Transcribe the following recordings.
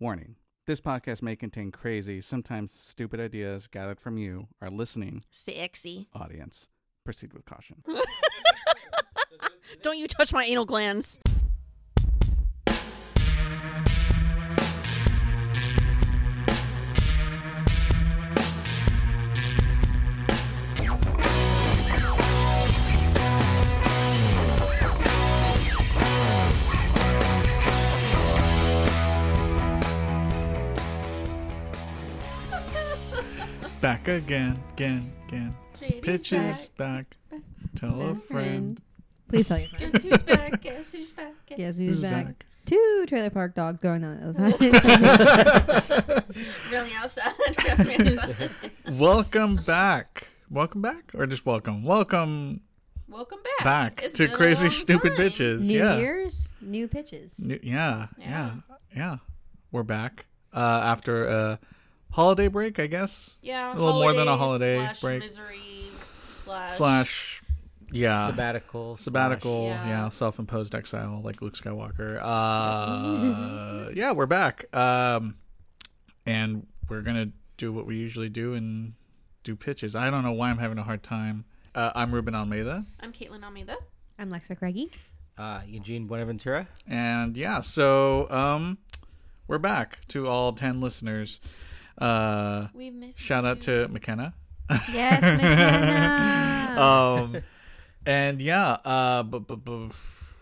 Warning this podcast may contain crazy, sometimes stupid ideas gathered from you, our listening Sexy. audience. Proceed with caution. Don't you touch my anal glands. Back again, again, again. Pitches back. Tell a Back. friend. Please tell your friends. Guess who's back? Guess who's back? Guess Who's who's back? back? Two trailer park dogs going on the other side. Really outside. Really outside. Welcome back. Welcome back, or just welcome. Welcome Welcome back It's to been a Crazy long Stupid time. Bitches. new yeah. years, new pitches. New- yeah, yeah, yeah, Yeah. We're back uh, after a holiday break, I guess. Yeah. A little more than a holiday holiday slash break. Misery slash. Slash, yeah, sabbatical. sabbatical, slash- yeah, Yeah. self-imposed exile, like Luke Skywalker. Uh, yeah, we're back, um, and we're gonna do what we usually do and do pitches. I don't know why I'm having a hard time. Uh, I'm Ruben Almeida, I'm Caitlin Almeida. I'm Lexa Craigie. Uh, Eugene Buenaventura. and yeah, so um, we're back to all ten listeners. Uh, We missed. shout out you. to McKenna. Yes, McKenna. um, and yeah, uh, bu- bu- bu-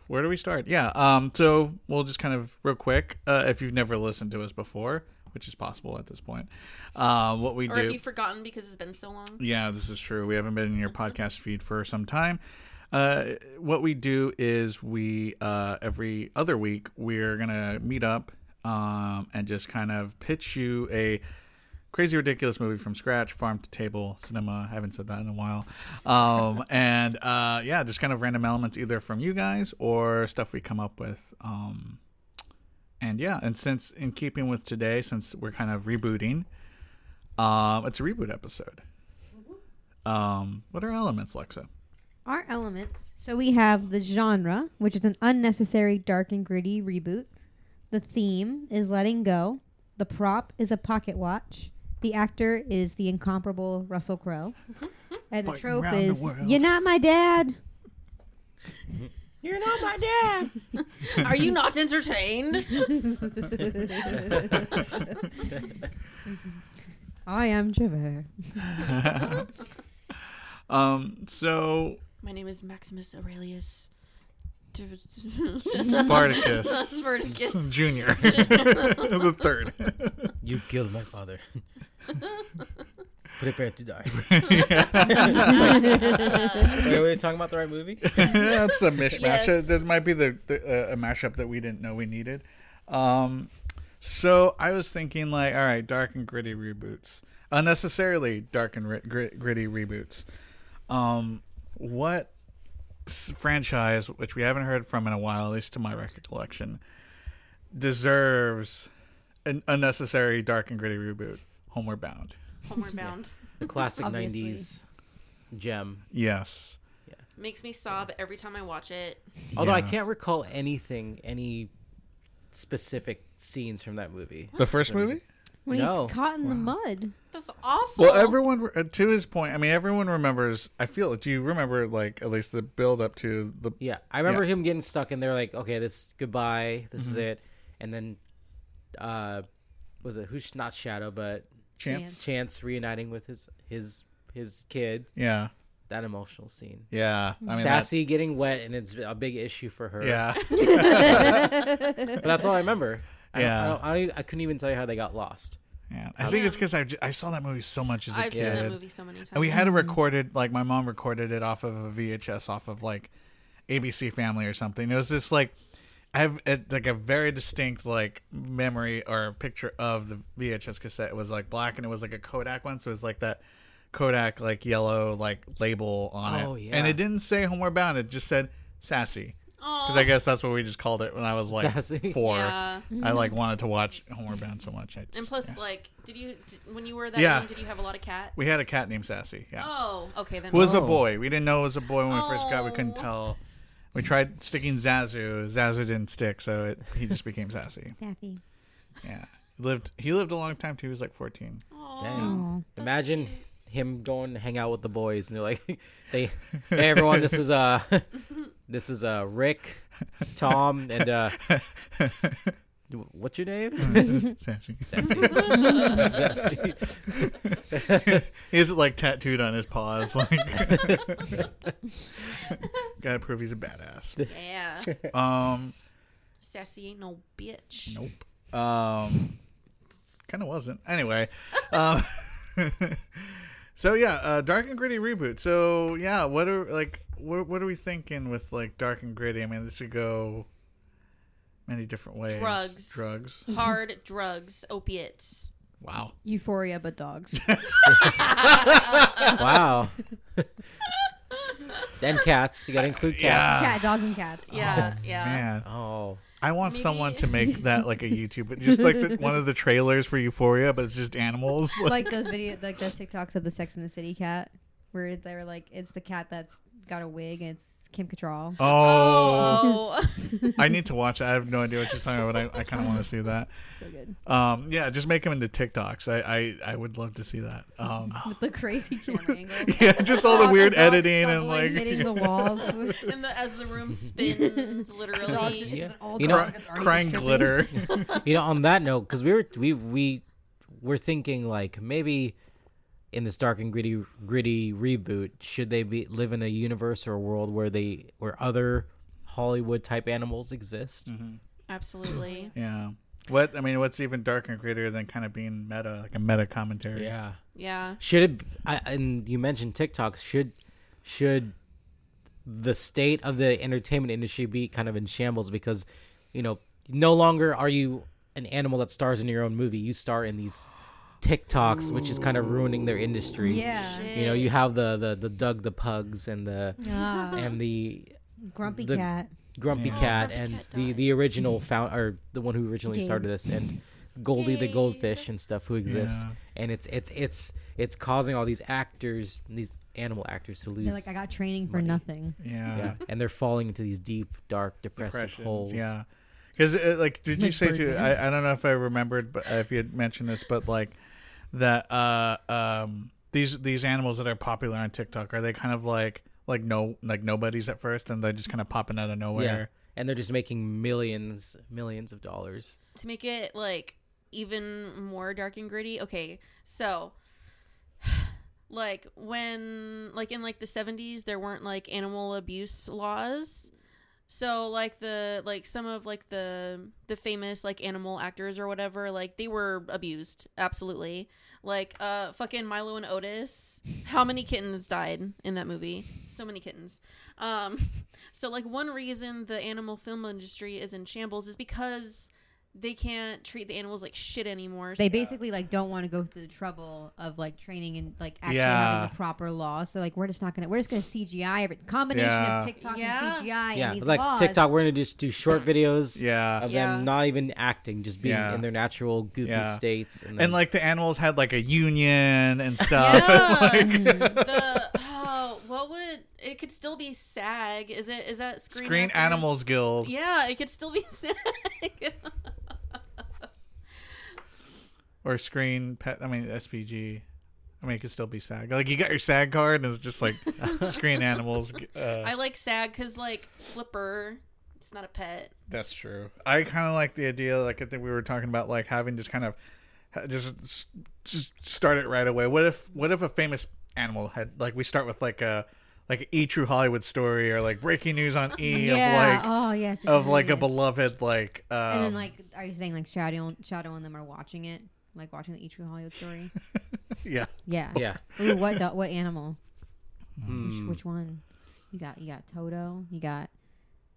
where do we start? Yeah, um, so we'll just kind of real quick. Uh, if you've never listened to us before, which is possible at this point, uh, what we Or do. if you've forgotten because it's been so long. Yeah, this is true. We haven't been in your podcast feed for some time. Uh, what we do is we uh, every other week we're gonna meet up um, and just kind of pitch you a crazy ridiculous movie from scratch, farm to table cinema. I haven't said that in a while. Um, and uh, yeah, just kind of random elements either from you guys or stuff we come up with. Um, and yeah, and since in keeping with today, since we're kind of rebooting, um, it's a reboot episode. Um, what are elements, Lexa? Our elements. So we have the genre, which is an unnecessary dark and gritty reboot. The theme is letting go. The prop is a pocket watch. The actor is the incomparable Russell Crowe. And the Fighting trope round the is world. You're not my dad. You're not my dad. Are you not entertained? I am Trevor. Um, so my name is Maximus Aurelius. Spartacus Spartacus. Junior, the third. You killed my father. Prepare to die. Wait, were we talking about the right movie? That's a mishmash. Yes. Uh, That might be the, the uh, a mashup that we didn't know we needed. Um, so I was thinking, like, all right, dark and gritty reboots, unnecessarily dark and ri- grit- gritty reboots. Um, what s- franchise, which we haven't heard from in a while, at least to my recollection, deserves an unnecessary dark and gritty reboot? Homeward Bound. Homeward Bound. The classic Obviously. 90s gem. Yes. Makes me sob every time I watch it. Although I Yeah. can't recall anything, any specific scenes from that movie. The first What is movie? When No. he's caught in the mud. That's awful. Well, everyone uh, to his point. I mean, everyone remembers. I feel. Do you remember like at least the build up to the? Yeah, I remember him getting stuck, and they're like, "Okay, this goodbye, this is it." And then, uh, was it who's not Shadow, but Chance? Chance reuniting with his his his kid? Yeah, That emotional scene, yeah. I mean, that- Sassy getting wet, and it's a big issue for her. yeah, but that's all I remember. I Yeah. yeah, don't, I, don't, I, don't even- I couldn't even tell you how they got lost. yeah. I think it's because I, j- I saw that movie so much as a I've kid, seen that movie so many times. and we had it recorded. Like my mom recorded it off of a VHS, off of like ABC Family or something. It was just like I have uh like a very distinct like memory or picture of the VHS cassette. It was like black and it was like a Kodak one, so it was like that Kodak like yellow like label on Oh, it. yeah. And it didn't say Homeward Bound. It just said Sassy. Because I guess that's what we just called it when I was like Sassy. four. Yeah. I like wanted to watch Homeward Bound so much. I just, And plus, like, did you d- when you were that Yeah. young? Did you have a lot of cats? we had a cat named Sassy. Yeah. Oh, okay then. It was a Oh. boy. We didn't know it was a boy when we first got. We couldn't Oh. tell. We tried sticking Zazu. Zazu didn't stick, so it, he just became sassy. Kathy. Yeah, lived he lived a long time too. He was like fourteen. Aw. Dang. That's Imagine him going to hang out with the boys and they're like they hey everyone this is uh this is uh Rick, Tom and uh s- what's your name? Sassy. Sassy. Sassy. he has it like tattooed on his paws. Like, gotta prove he's a badass. Yeah. Um, Sassy ain't no bitch. nope. Um, kind of wasn't. Anyway, um, so yeah, uh, dark and gritty reboot. So yeah, what are like what what are we thinking with like dark and gritty? I mean, this could go many different ways. Drugs. Drugs. Hard drugs, opiates. Wow. Euphoria, but dogs. Wow. then cats. You gotta include cats. Cat, dogs and cats. Yeah, yeah. Oh, Man. Oh. I want someone Uh, to Maybe- make that like a YouTube, but just like the, one of the trailers for Euphoria, but it's just animals. Oh, Like, like those video, like those TikToks of the Sex and the City cat, where they were like, it's the cat that's got a wig and it's Kim Cattrall. oh, Oh. I need to watch. it. I have no idea what she's talking about. but I, I kind of want to see that. So good Um, yeah, just make them into TikToks. I, I, I would love to see that. Um, with the crazy camera angles. yeah, just all the Oh. Dog- weird dog editing and stumbling, like hitting the walls. and the, as the room spins, literally. Dogs just- just an old You know- dog cry, that's already crying stripping. glitter. You know, on that note, because we were we we were thinking like maybe in this dark and gritty gritty reboot, should they be live in a universe or a world where they where other Hollywood type animals exist? Absolutely. yeah. What I mean, what's even darker and grittier than kind of being meta, like a meta commentary? Yeah. Yeah. Should it? I, and you mentioned TikToks. Should should the state of the entertainment industry be kind of in shambles because you know no longer are you an animal that stars in your own movie. You star in these TikToks, which is kind of ruining their industry. Yeah. You know, you have the the the Doug the Pugs and the Ah, and the grumpy The- cat. Grumpy Yeah. Cat Grumpy and Cat the died. the original found or the one who originally Gabe. started this and Goldie the Gabe. goldfish and stuff who exist. Yeah. And it's it's it's it's causing all these actors, these animal actors to lose They're like, I got training for nothing. Yeah. yeah, and they're falling into these deep, dark, depressive Impressions, holes. Yeah, because like, did you Like say too? Birdman. I, I don't know if I remembered, but uh, if you had mentioned this, but like that, uh, um, these these animals that are popular on TikTok are they kind of like like no like nobodies at first, and they're just kind of popping out of yeah. nowhere. And they're just making millions, millions of dollars. to make it like even more dark and gritty okay so like when like in like the 70s there weren't like animal abuse laws so like the like some of like the the famous like animal actors or whatever like they were abused absolutely like uh fucking Milo and Otis how many kittens died in that movie so many kittens um so like one reason the animal film industry is in shambles is because they can't treat the animals like shit anymore They basically like don't want to go through the trouble of like training and like actually Yeah. having the proper laws. So like we're just not gonna we're just gonna CGI every combination Yeah. of TikTok Yeah. and CGI yeah, and these like laws. TikTok, we're gonna just do short videos. Yeah. Of Yeah. them not even acting, just being Yeah. in their natural goofy Yeah. states, and, And then- like the animals had like a union and stuff. yeah. the oh, what would it could still be SAG? Is it is that Screen, Screen Actors? Animals Guild. Yeah, it could still be SAG. or Screen Pet. I mean SPG. I mean, it could still be SAG. Like you got your SAG card, and it's just like Screen Animals. Uh, I like SAG because like Flipper, it's not a pet. That's true. I kind of like the idea. Like I think we were talking about, like having just kind of ha- just just start it right away. What if what if a famous animal had like we start with like a like E True Hollywood story or like breaking news on E yeah. of like oh yes. of like a absolutely. beloved like um, and then like are you saying like shadow shadow and them are watching it like watching the E True Hollywood story? yeah Yeah. yeah, Ooh, what do- what animal? Hmm. Which, which one? You got you got Toto. You got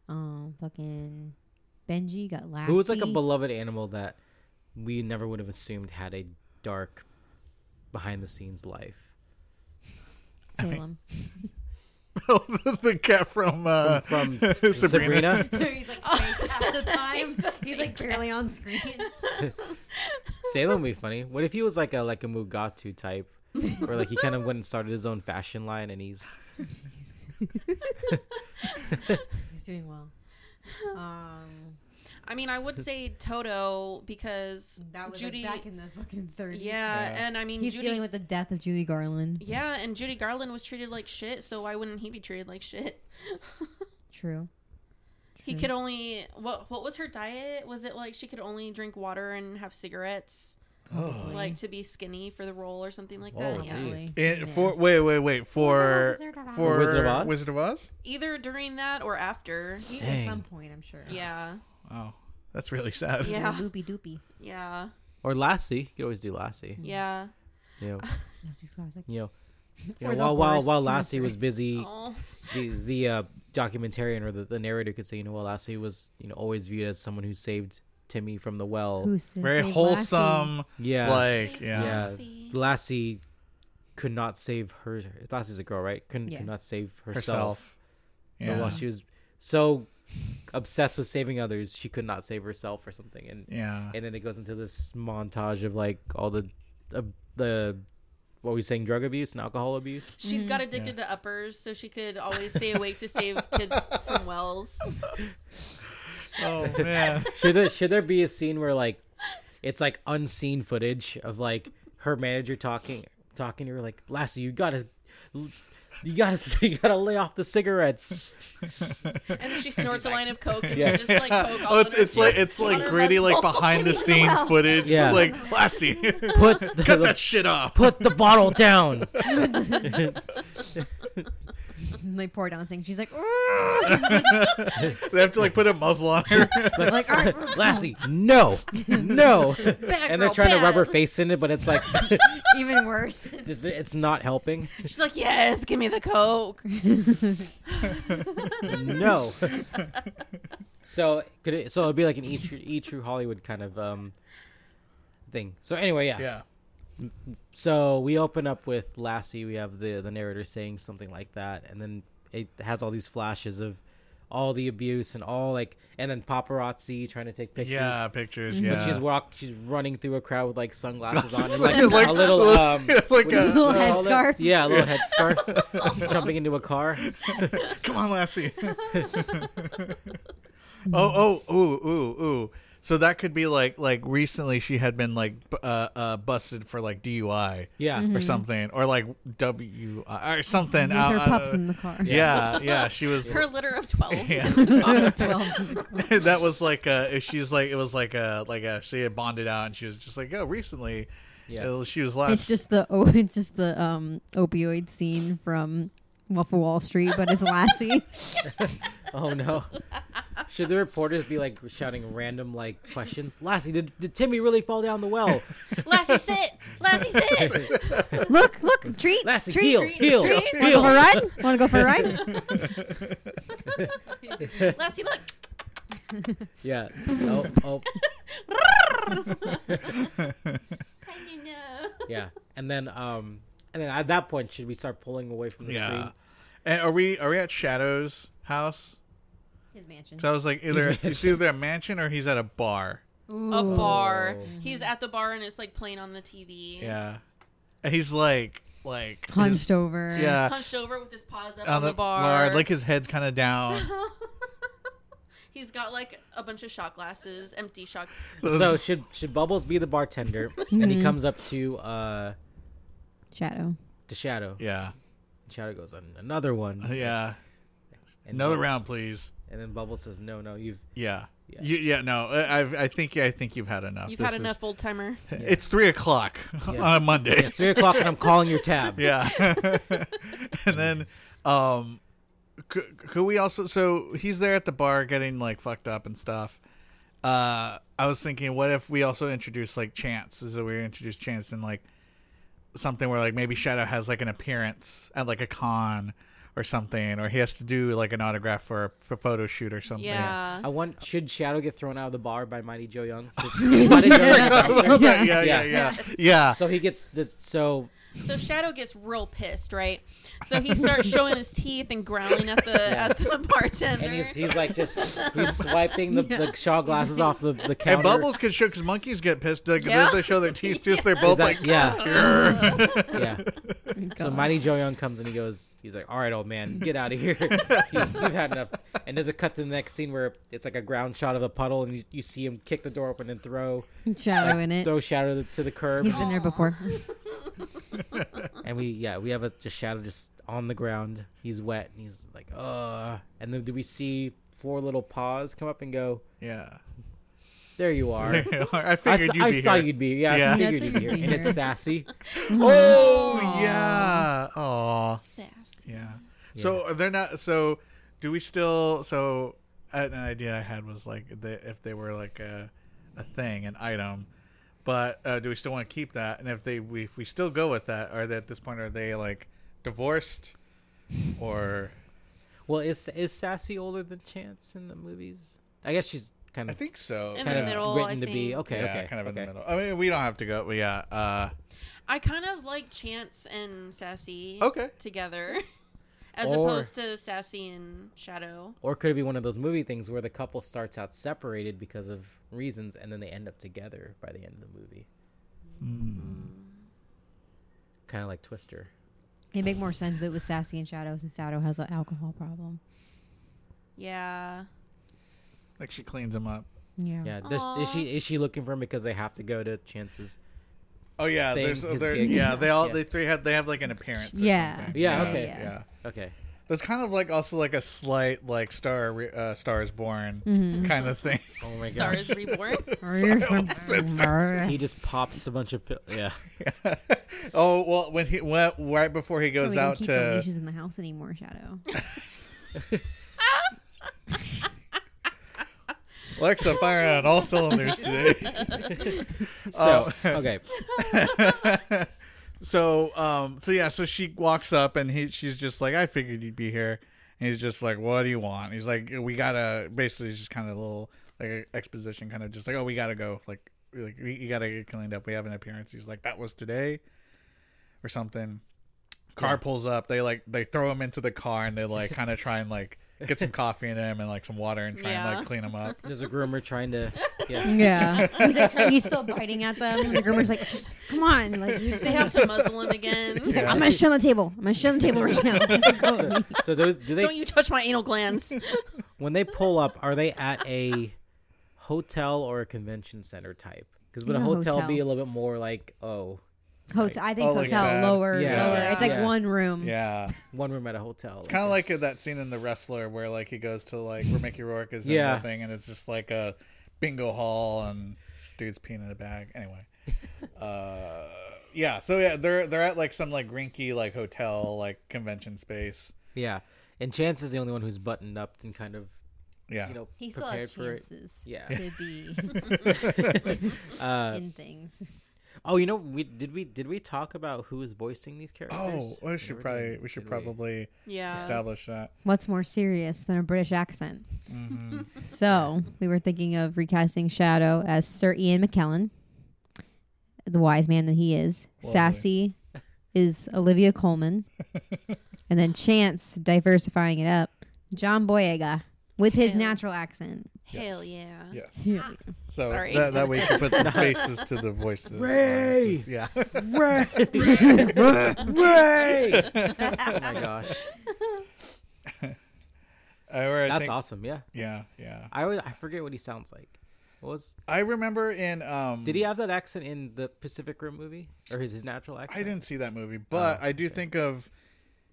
um fucking Benji. You got Lassie. who was like a beloved animal that we never would have assumed had a dark, behind the scenes life. Salem. the, cat from uh, From Sabrina. Sabrina, he's like fake half the time. He's like barely on screen. Salem would be funny. What if he was like a like a Mugatu type, where like he kind of went and started his own fashion line, and he's He's doing well. Um, I mean, I would say Toto because That was Judy. like back in the fucking 30s. yeah, Yeah. and I mean, He's Judy, dealing with the death of Judy Garland. yeah, and Judy Garland was treated like shit, so why wouldn't he be treated like shit? True. He True. could only what what was her diet? Was it like she could only drink water and have cigarettes, Probably. like to be skinny for the role or something like Oh, that? geez. Yeah. Probably. It, Yeah. For wait, wait, wait for Wizard of Oz. for Wizard of Oz? Wizard of Oz? Either during that or after. At Dang. some point, I'm sure. Yeah. Oh, that's really sad. Yeah. Loopy doopy. Yeah. Or Lassie. You could always do Lassie. Yeah. You know, That's his classic. you know. You Or know the while, while horse. while Lassie was Mm-hmm. busy, Oh. the the uh, documentarian or the, the narrator could say, you know, well, Lassie was you know always viewed as someone who saved Timmy from the well. Who says Very save Lassie? wholesome. yeah, Like yeah. yeah. See? Lassie could not save her. Lassie's a girl, right? Couldn't Yeah. could not save herself. herself. So while she was so obsessed with saving others, she could not save herself or something. And yeah. and then it goes into this montage of like all the uh, the what were we saying drug abuse and alcohol abuse. She got addicted to uppers, so she could always stay awake to save kids from wells. Oh man. Should there should there be a scene where like it's like unseen footage of like her manager talking talking to her like Lassie, you gotta you gotta you gotta lay off the cigarettes. And she snorts a line of coke, and Yeah. yeah. just like coke. oh, all it's in her it's like chest. it's like All gritty, her like muscles. behind the scenes footage. It's Yeah. like Lassie, cut Put the, that shit off. put the bottle down. My poor dancing. She's like, "Argh." they have to like put a muzzle on her. like, "Argh." Lassie, no, no. Bad And they're girl, trying to bad. rub her face in it, but it's like even worse. it's- it's not helping. She's like, "Yes, give me the coke." no. so could it? So it'd be like an E True, e True Hollywood kind of um thing. So anyway, yeah. yeah. So we open up with Lassie. We have the the narrator saying something like that, and then it has all these flashes of all the abuse and all like, and then paparazzi trying to take pictures. Yeah, pictures. Yeah. But she's walk. She's running through a crowd with like sunglasses on and like, It's like- a little um, like uh, what do you a- Little call it? headscarf. Yeah, a little headscarf. Jumping into a car. Come on, Lassie. oh, oh, ooh, ooh, ooh. So that could be like like recently she had been like b- uh, uh, busted for like DUI Yeah. Mm-hmm. or something or like WI or something. With out- her out pups of- in the car. uh, yeah, yeah, she was. Her litter of twelve. yeah. Twelve. that was like uh, she's like it was like uh like uh she had bonded out and she was just like oh recently Yeah. uh, she was It's last just the oh, it's just the um opioid scene from Waffle Wall Street, but it's Lassie. Oh no. Should the reporters be like shouting random like questions? Lassie, did, did Timmy really fall down the well? Lassie, sit. Lassie, sit. look, look, treat, Lassie, treat, heel, treat. heel, treat. Want to go for a heel. ride? Want to go for a ride? Lassie, look. Yeah. Oh, oh, How do you know? yeah. And then um, and then at that point, should we start pulling away from the yeah. screen? And are we are we at Shadow's house? His mansion. So I was like either it's either a mansion or he's at a bar. A bar. Oh. He's at the bar and it's like playing on the TV. Yeah. And he's like like Hunched over. his- yeah Hunched over with his paws up on the, bar. like his head's kind of down. He's got like a bunch of shot glasses, empty shot. So should should Bubbles be the bartender? and he comes up to uh Shadow. to Shadow. yeah, Shadow goes on another one. yeah. And Uh, Another then- round, please. And then Bubbles says, "No, no, you've Yeah. Yeah. Yeah. yeah no, I I've- I think I think you've had enough. You've This had is- enough, old timer. It's three o'clock on a Monday. it's three o'clock and I'm calling your tab." Yeah. and then, um, could, could we also? So he's there at the bar getting like fucked up and stuff. Uh, I was thinking, what if we also introduce like Chance? So we introduce Chance and like something where like maybe Shadow has like an appearance at like a con or something, or he has to do like an autograph for a for a photo shoot or something. Yeah. I want should Shadow get thrown out of the bar by Mighty Joe Young? Just- Mighty Joe Young bouncer. yeah, yeah, yeah, yeah, yeah. So he gets this. So So Shadow gets real pissed, right? So he starts showing his teeth and growling at the at the bartender. and he's he's like just he's swiping the, the shot glasses off the the counter. And bubbles can show because monkeys get pissed. Like, Yeah. They show their teeth. Just they're Is both that- like, yeah, "Grr." yeah. So Mighty Joe Young comes and he goes, he's like, "All right, old man, get out of here. You've you've had enough." And there's a cut to the next scene where it's like a ground shot of a puddle, and you, you see him kick the door open and throw Shadow in it. throw Shadow to the, to the curb. He's been there before. and we yeah we have a just shadow just on the ground he's wet and he's like uh and then do we see four little paws come up and go Yeah. there you are I I, figured th- you'd I be thought here. you'd be yeah, Yeah. I Yeah, I figured you'd be figured here you'd be and it's here. sassy Oh yeah. Oh Sass. yeah. So they're not. So do we still? So uh, an idea I had was like the, if they were like a a thing, an item. But uh, do we still want to keep that? And if they, we, if we still go with that, are they at this point are they like divorced, or well is is sassy older than chance in the movies I guess she's kind I of think so. In the kind of middle, written I to be think. okay yeah, okay kind of in okay. the middle. I mean, we don't have to go. But yeah. Uh, I kind of like Chance and Sassy okay. together, as Or- opposed to Sassy and Shadow. or could it be one of those movie things where the couple starts out separated because of reasons and then they end up together by the end of the movie Hmm. kind of like Twister It make more sense if it was Sassy and Shadow since Shadow has an alcohol problem. Yeah. Like she cleans him up. Yeah. Yeah, does, is Aw. she is she looking for him because they have to go to Chance's? Oh yeah, thing, there's his there, gig. yeah, they all Yeah. they three have they have like an appearance. Or Yeah. something. Yeah, yeah, okay. yeah. Okay, There's kind of like also like a slight like star re- uh, stars born Mm-hmm. kind of thing. oh my Star is reborn. he just pops a bunch of pill. Yeah, oh well, when he went right before he So goes we don't out keep the to leashes in the house anymore, Shadow. Alexa, fire on all cylinders today. so Oh. okay, so um so yeah, so she walks up and he she's just like, I figured you'd be here. And he's just like, What do you want? He's like, We gotta basically just kind of a little like a exposition, kind of just like, Oh, we gotta go. Like, we- like we, you gotta get cleaned up. We have an appearance. He's like, That was today, or something. Car pulls up. They like they throw him into the car and they like kind of try and like get some coffee in him and like some water and try and Yeah. like clean him up. there's a groomer trying to. Yeah, yeah. He's like trying, he's still biting at them. And the groomer's like, just come on. Like, you just, They have to muzzle him again. he's like, Yeah. I'm gonna shut on the table. I'm gonna shut on the table right now. Go. so do, do Don't they you touch my anal glands. when they pull up? Are they at a hotel or a convention center type? Because would a In a hotel, hotel. be a little bit more like oh Hotel. I think Oh, like hotel that. lower, Yeah. lower. It's like Yeah. one room. Yeah. one room at a hotel? like kind a- of like that scene in The Wrestler where like he goes to like where Mickey Rourke is in Yeah. that thing, and it's just like a bingo hall and dude's peeing in a bag. Anyway, uh, yeah. So yeah, they're they're at like some like rinky like hotel like convention space. yeah, and Chance is the only one who's buttoned up and kind of Yeah, you know He still has prepared for it. chances Yeah. Uh, to be in things. Oh, you know, we did we did we talk about who is voicing these oh, characters? we should probably we should Did probably Uh, Yeah. establish that. What's more serious than a British accent? so we were thinking of recasting Shadow as Sir Ian McKellen, the wise man that he is. Lovely. Sassy is Olivia Coleman, and then Chance diversifying it up. John Boyega with his Hell. natural accent. Ah, Hell yeah. Yes. Yeah. So Sorry. that that way you can put some faces to the voices. Ray! Yeah. Ray! Ray! oh my gosh. Or I That's think- awesome. Yeah. Yeah, yeah. I always, I forget what he sounds like. What was I remember in um did he have that accent in the Pacific Rim movie or his his natural accent? I didn't see that movie, but Oh, I do think of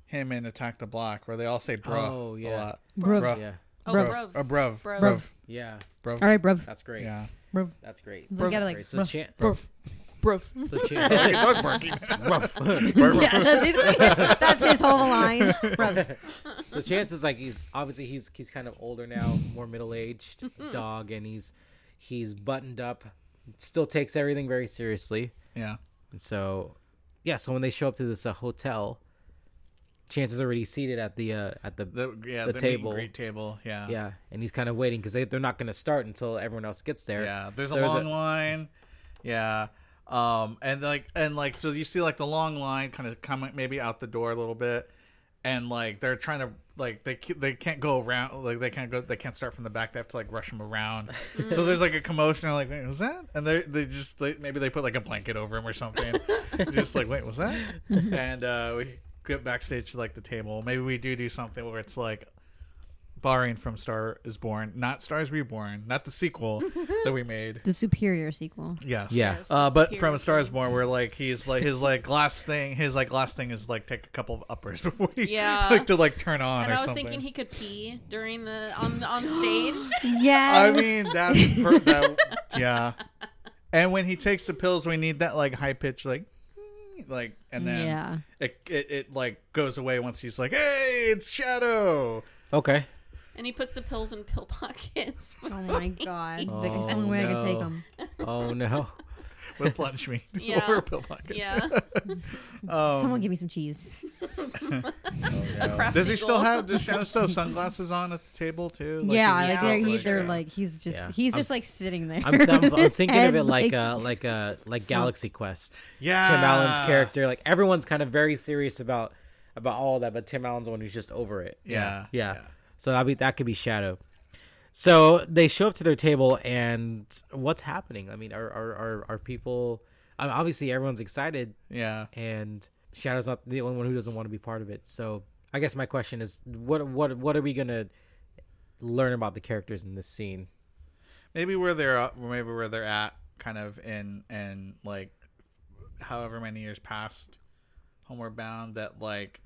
him in Attack the Block where they all say bruv Oh, a yeah. lot. Bruv. Bruv. Yeah. Oh, Bruv. bruv. Uh, bruv. Bruv. Bruv. Yeah. Bruv. All right, bruv. That's great. Yeah. Bruv. That's great. They gotta, like, Great. So Chan- Bruv. so Chan- Dog barking. yeah, that's, his- that's his whole line. Bruv. so Chance is like he's obviously he's he's kind of older now, more middle aged dog, and he's he's buttoned up, still takes everything very seriously. yeah. And so, yeah. So when they show up to this uh, hotel, Chance is already seated at the uh, at the, The yeah, The the, table. table. Great table. Yeah. yeah, and he's kind of waiting because they they're not going to start until everyone else gets there. Yeah. There's So a there's long line. Yeah. Um and like and like so you see like the long line kind of coming maybe out the door a little bit. and like they're trying to like they ca- they can't go around like they can't go they can't start from the back they have to like rush them around so there's like a commotion they're like wait was that and they they just they, maybe they put like a blanket over him or something just like wait was that and uh we get backstage to like the table maybe we do do something where it's like borrowing from Star is Born not Stars Reborn not the sequel that we made The superior sequel. yes Yeah. Yes, uh, but superior from A Star Is thing. Born, where like he's like his like last thing, his like last thing is like take a couple of uppers before he Yeah. like to like turn on And or I was something. thinking he could pee during the on on stage. I Yes. mean that's per- that, yeah. And when he takes the pills, we need that like high pitch like like and then Yeah. it, it it like goes away once he's like hey it's Shadow. Okay. and he puts the pills in pill pockets. Oh my god. Oh, Like, There's only way I can take no. them. Oh no. with lunch meat Yeah. or pill pocket. yeah. Um, Someone give me some cheese. Crap does he still sequel. have does Shadow still have sunglasses on at the table too? Like, yeah, is he like Yeah. they're, still, he's they're yeah. like he's just Yeah. he's just like sitting there. I'm, I'm, I'm His thinking of it head, like uh like uh like Galaxy Quest. yeah Tim Allen's character, like everyone's kind of very serious about about all that, but Tim Allen's the one who's just over it. Yeah. Yeah. Yeah. So that be that could be Shadow. So they show up to their table, and what's happening? I mean, are are are, are people? I mean, obviously, everyone's excited, Yeah. and Shadow's not the only one who doesn't want to be part of it. So I guess my question is, what what what are we gonna learn about the characters in this scene? maybe where they're maybe where they're at kind of in in like however many years past homeward bound that like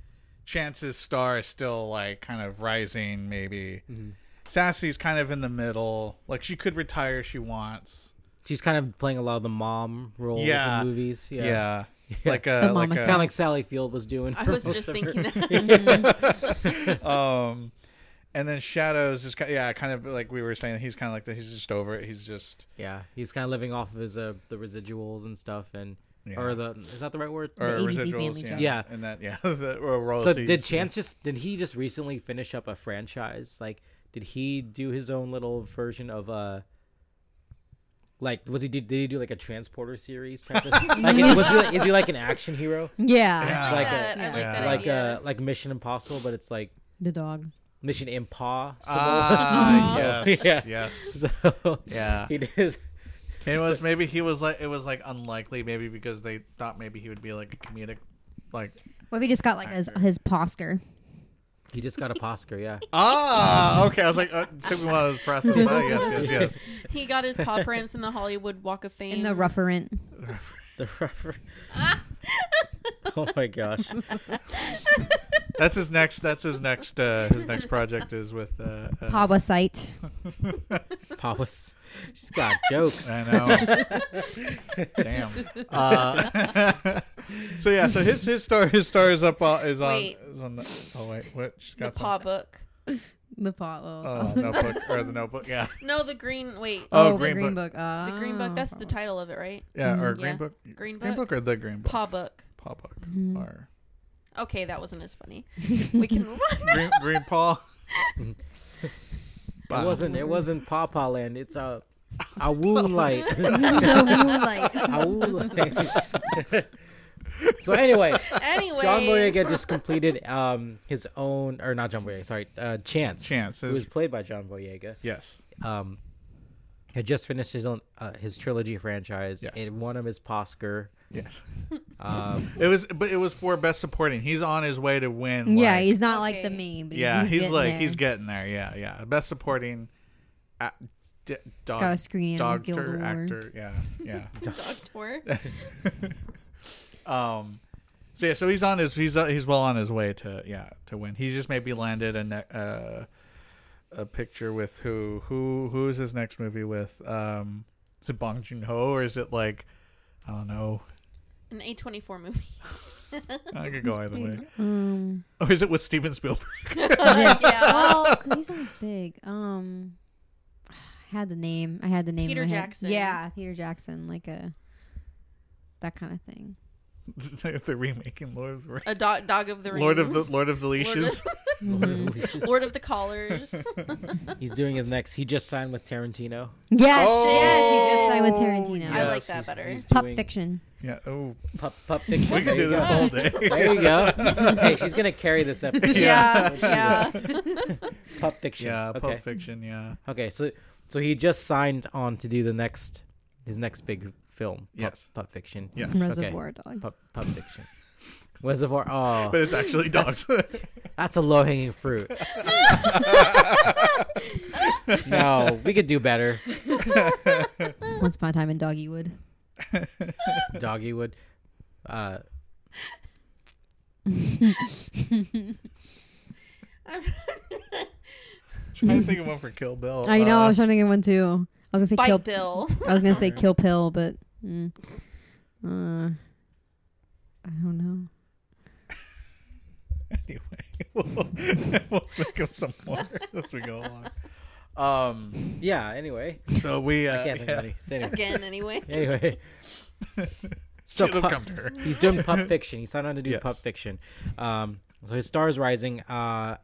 chances star is still like kind of rising maybe Mm-hmm. sassy's kind of in the middle like she could retire if she wants She's kind of playing a lot of the mom roles Yeah. in movies. Yeah. yeah, like The a like mama a, Kind of like Sally Field was doing. I for was most just of thinking her- that. um and then shadows is kind yeah kind of like we were saying he's kind of like that he's just over it he's just Yeah, he's kind of living off of his uh, the residuals and stuff, and Yeah. or the is that the right word? or ABC residuals Family yeah, Jewels. Yeah. and that yeah the, or so royalties, did Chance just did he just recently finish up a franchise? Like, did he do his own little version of uh Like, was he did, did he do like a transporter series type of like? Is, was he, like- is he like an action hero? yeah. Yeah. I Like like a- that. I like yeah. that Like idea. uh like Mission Impossible, but it's like The dog. Mission Impossible. Ah, yes, Yeah. yes. so Yeah. he does. It was maybe he was like it was like unlikely maybe because they thought maybe he would be like a comedic like What if he just got like his his posker? He just got a Oscar. Yeah. ah okay I was like uh, took me while I was pressing but yes yes yes he got his paw prints in the Hollywood Walk of Fame. In the rufferant. The rubber. oh my gosh. that's his next that's his next uh, his next project is with uh, uh, Pawa site. Pop was she's got jokes. I know damn uh, so yeah so his his star his star is up on is on Wait. is on the, oh wait what she the got paw book. The paw. Oh, some, oh notebook or the notebook yeah No, the green. Wait, oh, the green, book, Oh. the green book. That's the title of it, right? yeah or green Yeah. book Green green book. book or the green book Paw book. paw book or Okay, that wasn't as funny. We can move on. green, green paw. It wasn't. It wasn't Pawpaw Land. It's a a Woonlight. like, a Woonlight. so anyway, Anyway, John Boyega just completed um his own, or not John Boyega. Sorry, uh, Chance. Chance who is- was played by John Boyega. Yes. Um, had just finished his own uh, his trilogy franchise. Yes. It won him his Oscar. Yes. Um, It was, but it was for best supporting. He's on his way to win. yeah, like- he's not like the Okay. main, but yeah. he's, He's, getting like there. he's getting there. Yeah, yeah. Best supporting, a- d- dog, got a screen and Guild doctor, Award. actor. Yeah, yeah. dog tour. um, so yeah, so he's on his he's uh, he's well on his way to yeah to win. He just maybe landed a ne- uh, a picture with who who who is his next movie with? Um, is it Bong Joon Ho or is it like I don't know? An A twenty four movie. I could go either way. Um, Or is it with Steven Spielberg? yeah. yeah. Well, 'cause he sounds big. Um, I had the name. I had the name. in Peter my head. Jackson. Yeah, Peter Jackson, like a that kind of thing. They're remaking Lord of the Rings. A do- dog of the rings. Lord of the Lord of the Leashes. Mm-hmm. Lord of the collars. He's doing his next. He just signed with Tarantino. Yes, Oh, yes, he just signed with Tarantino. I yes. like that better. He's Pop doing Fiction. yeah. Oh, Pup, pup we fiction. could There do you this go. all day. There you go. hey, she's gonna carry this episode. Yeah, Uh, yeah. Pup fiction. yeah. okay. Pulp Fiction. Yeah. Okay, so so he just signed on to do the next his next big film. Pup, Yes. Pup Fiction. Yes. Reservoir Dogs. Pup, pup Fiction. Reservoir. Oh, But it's actually dogs. that's a low hanging fruit. no, we could do better. Once upon a time in Doggywood. Doggy would. Uh, trying to think of one for Kill Bill. I know. I Uh, was trying to get one too. I was gonna say Bite Kill. Bill. I was gonna say Kill Pill, but mm, uh, I don't know. anyway, we'll, we'll think of some more as we go along. Um. yeah. Anyway, So we. Uh, I can't think yeah. of any. So anyway, Again, anyway. anyway. So It'll Pup- come to her. he's doing Pulp Fiction. He signed on to do Yes. Pulp Fiction. Um, so his star is rising. Uh,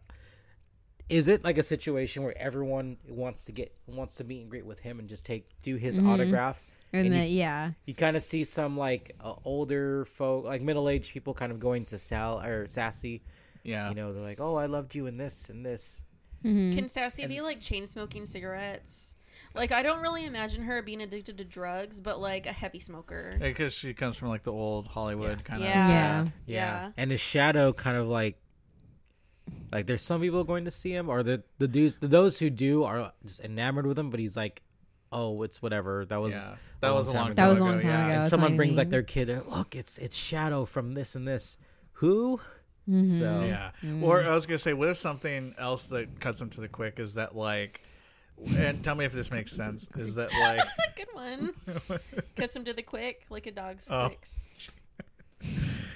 is it like a situation where everyone wants to get wants to meet and greet with him and just take do his autographs? And, And the, you- yeah, You kind of see some like uh, older folk, like middle aged people, kind of going to Sal or Sassy. Yeah. You know, they're like, "Oh, I loved you in this and this." Can Sassy be like chain smoking cigarettes? Like I don't really imagine her being addicted to drugs, but like a heavy smoker. Because she comes from like the old Hollywood kind of. Yeah. Yeah. Yeah. And his shadow kind of like like there's some people going to see him or the the dudes the, those who do are just enamored with him but he's like oh it's whatever that was Yeah. That was a long. that time was a long time ago, yeah. ago. And it's someone not brings like even- their kid and, look it's it's shadow from this and this who Mm-hmm. so Yeah. Or I was gonna say, what if something else that cuts them to the quick is that like, and tell me if this makes sense. Is that like, Good one. Cuts him to the quick, like a dog's Oh. quicks.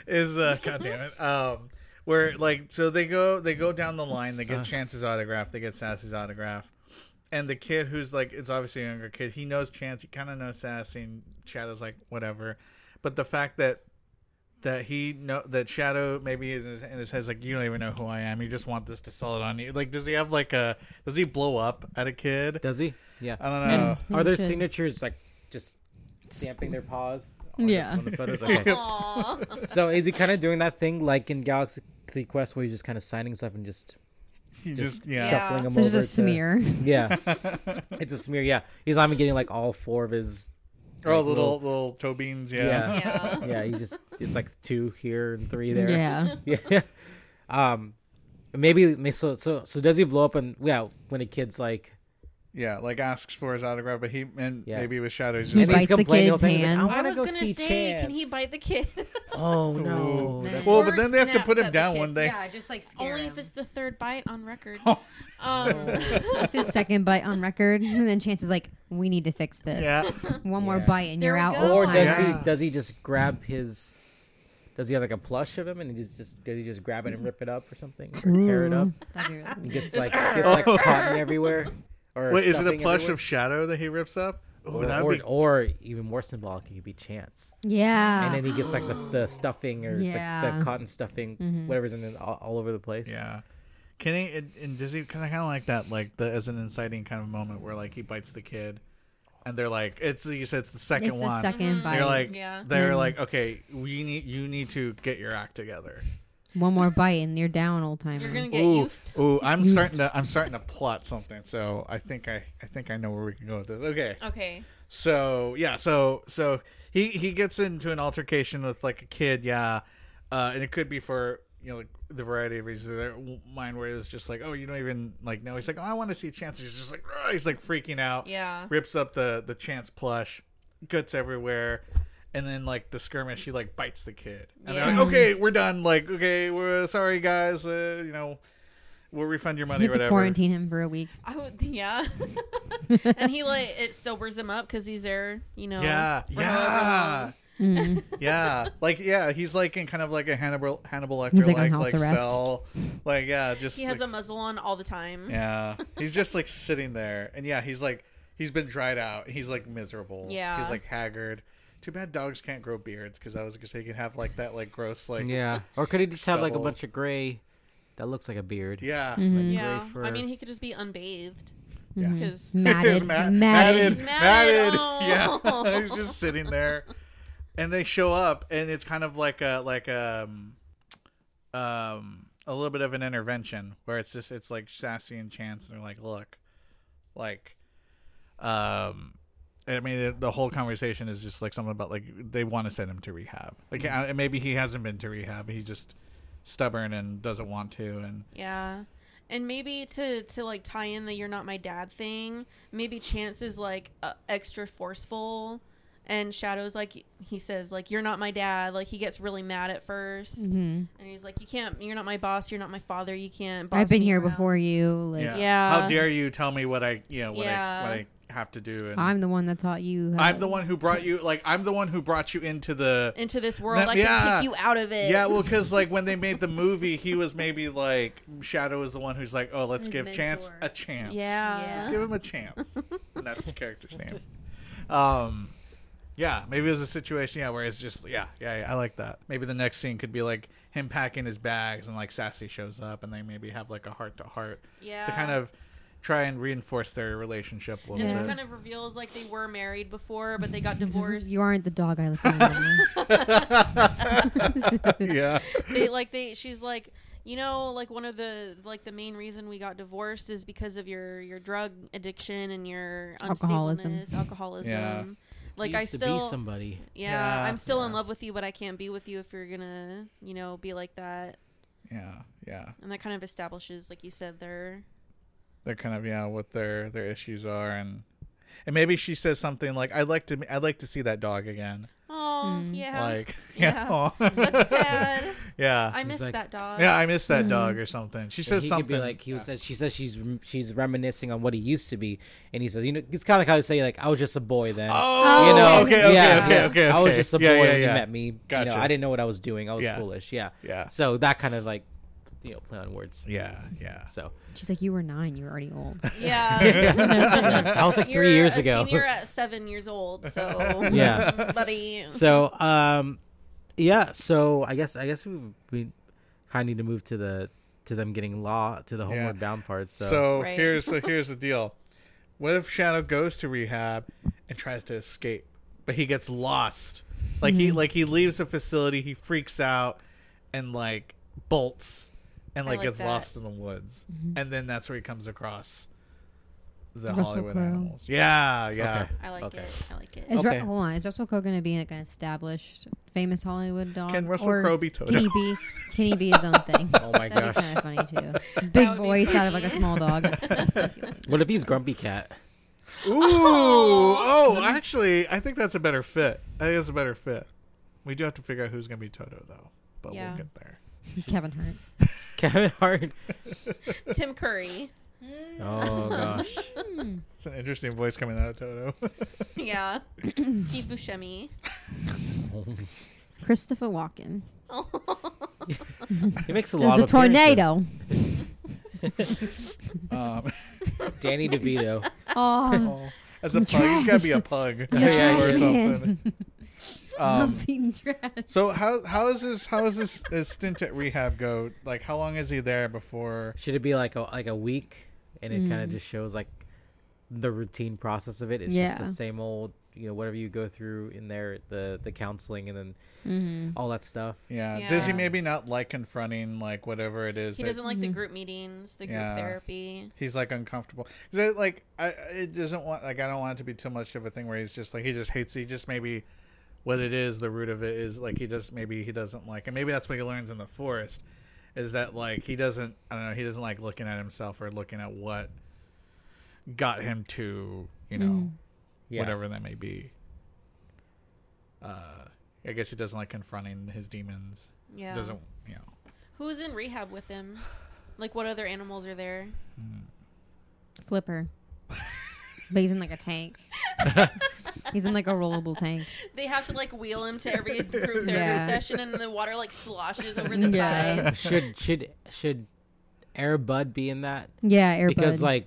is uh, god damn it, um, where like so they go they go down the line, they get Chance's autograph, they get Sassy's autograph, and the kid who's like, it's obviously a younger kid. He knows Chance, he kind of knows Sassy, and Shadow's like whatever, but the fact that that he know that Shadow maybe is in his- in his head's like you don't even know who I am. You just want this to sell it on you. Like, does he have like a does he blow up at a kid? does he yeah I don't know. are you their should. signatures like just stamping their paws on Yeah. the, on the photos okay Aw. so is he kind of doing that thing like in Galaxy Quest where he's just kind of signing stuff and just You just, yeah. Yeah. shuffling them So it's over just a to- smear. Yeah. it's a smear, yeah. He's not even getting like all four of his Or like, little little toe beans, yeah. Yeah. yeah. Yeah, he's just it's like two here and three there. Yeah. Yeah. Um maybe may- so so so does he blow up and yeah, when a kid's like Yeah, like asks for his autograph, but he and Yeah. maybe with shadows He just like bites the complaining all kid's the time, he's like, hand. "I I wanna was go gonna see say, can he Chance." bite the kid? Oh no. that's- Well, Or but then they have to put snaps him at the down kid. one day. just like scare Only if it's the third bite on record. Um, That's his second bite on record, and then Chance is like, "We need to fix this. Yeah. One more Yeah. bite, and There you're we out." go. all Or the does time." Yeah. he does he just grab his does he have like a plush of him and he just, just does he just grab it and rip it up or something or tear it up? That'd be really- And gets like gets like cotton everywhere. Or Wait, is it a stuffing plush everywhere? of shadow that he rips up? Oh, or, that or, would be or even more symbolic, it could be chance. yeah. And then he gets like the, the stuffing or the, Yeah. the cotton stuffing, whatever's in it, all, all over the place. yeah. Can he and- and does he? Because I kind of like that, like the as an inciting kind of moment where like he bites the kid, and they're like, it's you said it's the second it's the one. second bite. They're like, Yeah. they're Then- like, okay, we need you need to get your act together. One more bite, and you're down, old timer. you're gonna get Ooh, youthed. ooh, I'm starting to I'm starting to plot something. So I think I I think I know where we can go with this. Okay. Okay. So yeah, so so he he gets into an altercation with like a kid, yeah, uh, and it could be for you know like the variety of reasons. There, mine where it was just like, oh, you don't even like know. He's like, oh, I want to see Chance. He's just like, "Ugh," he's like freaking out. Yeah. rips up the the Chance plush, guts everywhere. And then, like the skirmish, he like bites the kid, and they're Yeah. like, "Okay, we're done. Like, okay, we're sorry, guys. Uh, you know, we'll refund your money or You have to whatever." quarantine him for a week. I would, yeah. and he like it sobers him up because he's there, you know. Yeah, for however yeah, long. Mm. yeah. Like, yeah, he's like in kind of like a Hannibal Hannibal Lecter He's, like like, on like, house arrest. cell. Like, yeah, just He has a like- muzzle on all the time. yeah. He's just like sitting there, and yeah, he's like he's been dried out. He's like miserable. Yeah. he's like haggard. Too bad dogs can't grow beards because I was gonna say you can have like that like gross like yeah. Or could he just have like a Stubble. bunch of gray that looks like a beard? yeah. Like Yeah. gray fur. I mean, he could just be unbathed. Yeah. Because Matted. Ma- matted. matted, Matted, matted. oh. Yeah, he's just sitting there, and they show up, and it's kind of like a like um um a little bit of an intervention where it's just it's like sassy and chance, and they're like, look, like, um. I mean, the- the whole conversation is just like something about like they want to send him to rehab. Like, uh, maybe he hasn't been to rehab. He's just stubborn and doesn't want to. And Yeah. And maybe to to like tie in the you're not my dad thing, maybe Chance is like uh, extra forceful and Shadow's like he says like you're not my dad, like he gets really mad at 1st Mm-hmm. And he's like you can't you're not my boss, you're not my father, you can't boss I've been me here around." before you. Like Yeah. How dare you tell me what I, you know, what, Yeah. I, what I have to do? And I'm the one that taught you. How I'm the one who brought you. Like I'm the one who brought you into the. Mm-hmm. Into this world, That- I yeah. can take you out of it. yeah, well, because like when they made the movie, he was maybe like Shadow is the one who's like, oh, let's His give Chance mentor. a chance. Yeah. let's give him a chance. and that's the character's name. Um, yeah, maybe it was a situation. Yeah, where it's just yeah, yeah, yeah. I like that. Maybe the next scene could be like him packing his bags and like Sassy shows up and they maybe have like a heart to heart Yeah. to kind of try and reinforce their relationship a little And this bit. kind of reveals like they were married before, but they got This isn't- divorced. You aren't the dog I look at. yeah. they like they she's like you know like one of the like the main reason we got divorced is because of your your drug addiction and your Alcoholism. unstableness, alcoholism Yeah. like He i used to still be somebody. yeah, Yeah, i'm still in yeah. love with you but i can't be with you if you're gonna you know be like that Yeah. Yeah. and that kind of establishes like you said their they're kind of yeah what their their issues are and and maybe she says something like i'd like to i'd like to see that dog again oh Hmm. yeah like Yeah. yeah that's sad yeah i miss like- that dog yeah i miss that dog or something she And says Hmm. he something could be like he was says she says she's rem- she's reminiscing on what he used to be, and he says you know it's kind of like how you say like I was just a boy then. oh you know, okay okay yeah, okay okay I was okay. just a boy yeah, yeah, when you yeah. met me. You Gotcha. know, I didn't know what I was doing. I was Yeah. foolish. Yeah. Yeah. So that kind of like, you know, play on words. yeah yeah So She's like, you were nine. You were already old. yeah I was like 3 You're years a ago. senior at seven years old so Yeah. buddy So um, yeah. So I guess I guess we we kind of need to move to the to them getting law to the homeward bound part. So, so, Right. here's so here's the deal what if shadow goes to rehab and tries to escape but he gets lost like he like he leaves the facility he freaks out and like bolts and like, like gets that. lost in the woods and then that's where he comes across the Russell hollywood Crowe. animals yeah yeah Okay. i like Okay. it i like it Is Okay. Ru- hold on. Is Russell Crowe going to be like an established, famous Hollywood dog? Can Russell Or Crowe be Toto? Can he be? Can he be his own thing? oh my That'd gosh, be kind of funny too. Big would be voice out of like a creepy. small dog. That's not cute. what if he's Grumpy Cat? Ooh, oh, actually, I think that's a better fit. I think that's a better fit. We do have to figure out who's gonna be Toto though, but Yeah. we'll get there. Kevin Hart. Kevin Hart. tim curry Oh gosh. It's an interesting voice coming out of Toto. Yeah. Steve Buscemi. Christopher Walken. Oh. He makes a It was lot a of appearances. tornado. um, Danny DeVito. Oh, oh, as a pug, he's gotta be a pug Yeah, or yeah, trash something. Um, being trash. so how how is this how is this his stint at rehab go? Like how long is he there before? Should it be like a like a week? And it kind of just shows like the routine process of it. It's just Yeah. the same old, you know, whatever you go through in there, the the counseling and then all that stuff. Yeah. does he Yeah. maybe not like confronting like whatever it is? He that- doesn't like Mm-hmm. the group meetings, the group Yeah. therapy. He's like uncomfortable because like I it doesn't want like I don't want it to be too much of a thing where he's just like he just hates he just maybe what it is the root of it is like he just maybe he doesn't like and maybe that's what he learns in the forest is that like he doesn't I don't know he doesn't like looking at himself or looking at what got him to you know Mm. Yeah. whatever that may be. Uh, I guess he doesn't like confronting his demons. Yeah. Doesn't you know? Who's in rehab with him? Like what other animals are there? Flipper. but he's in like a tank. he's in like a rollable tank. They have to like wheel him to every group therapy Yeah. session and the water like sloshes over the Yeah. sides. Should should should Air Bud be in that? Yeah, Air because Bud. like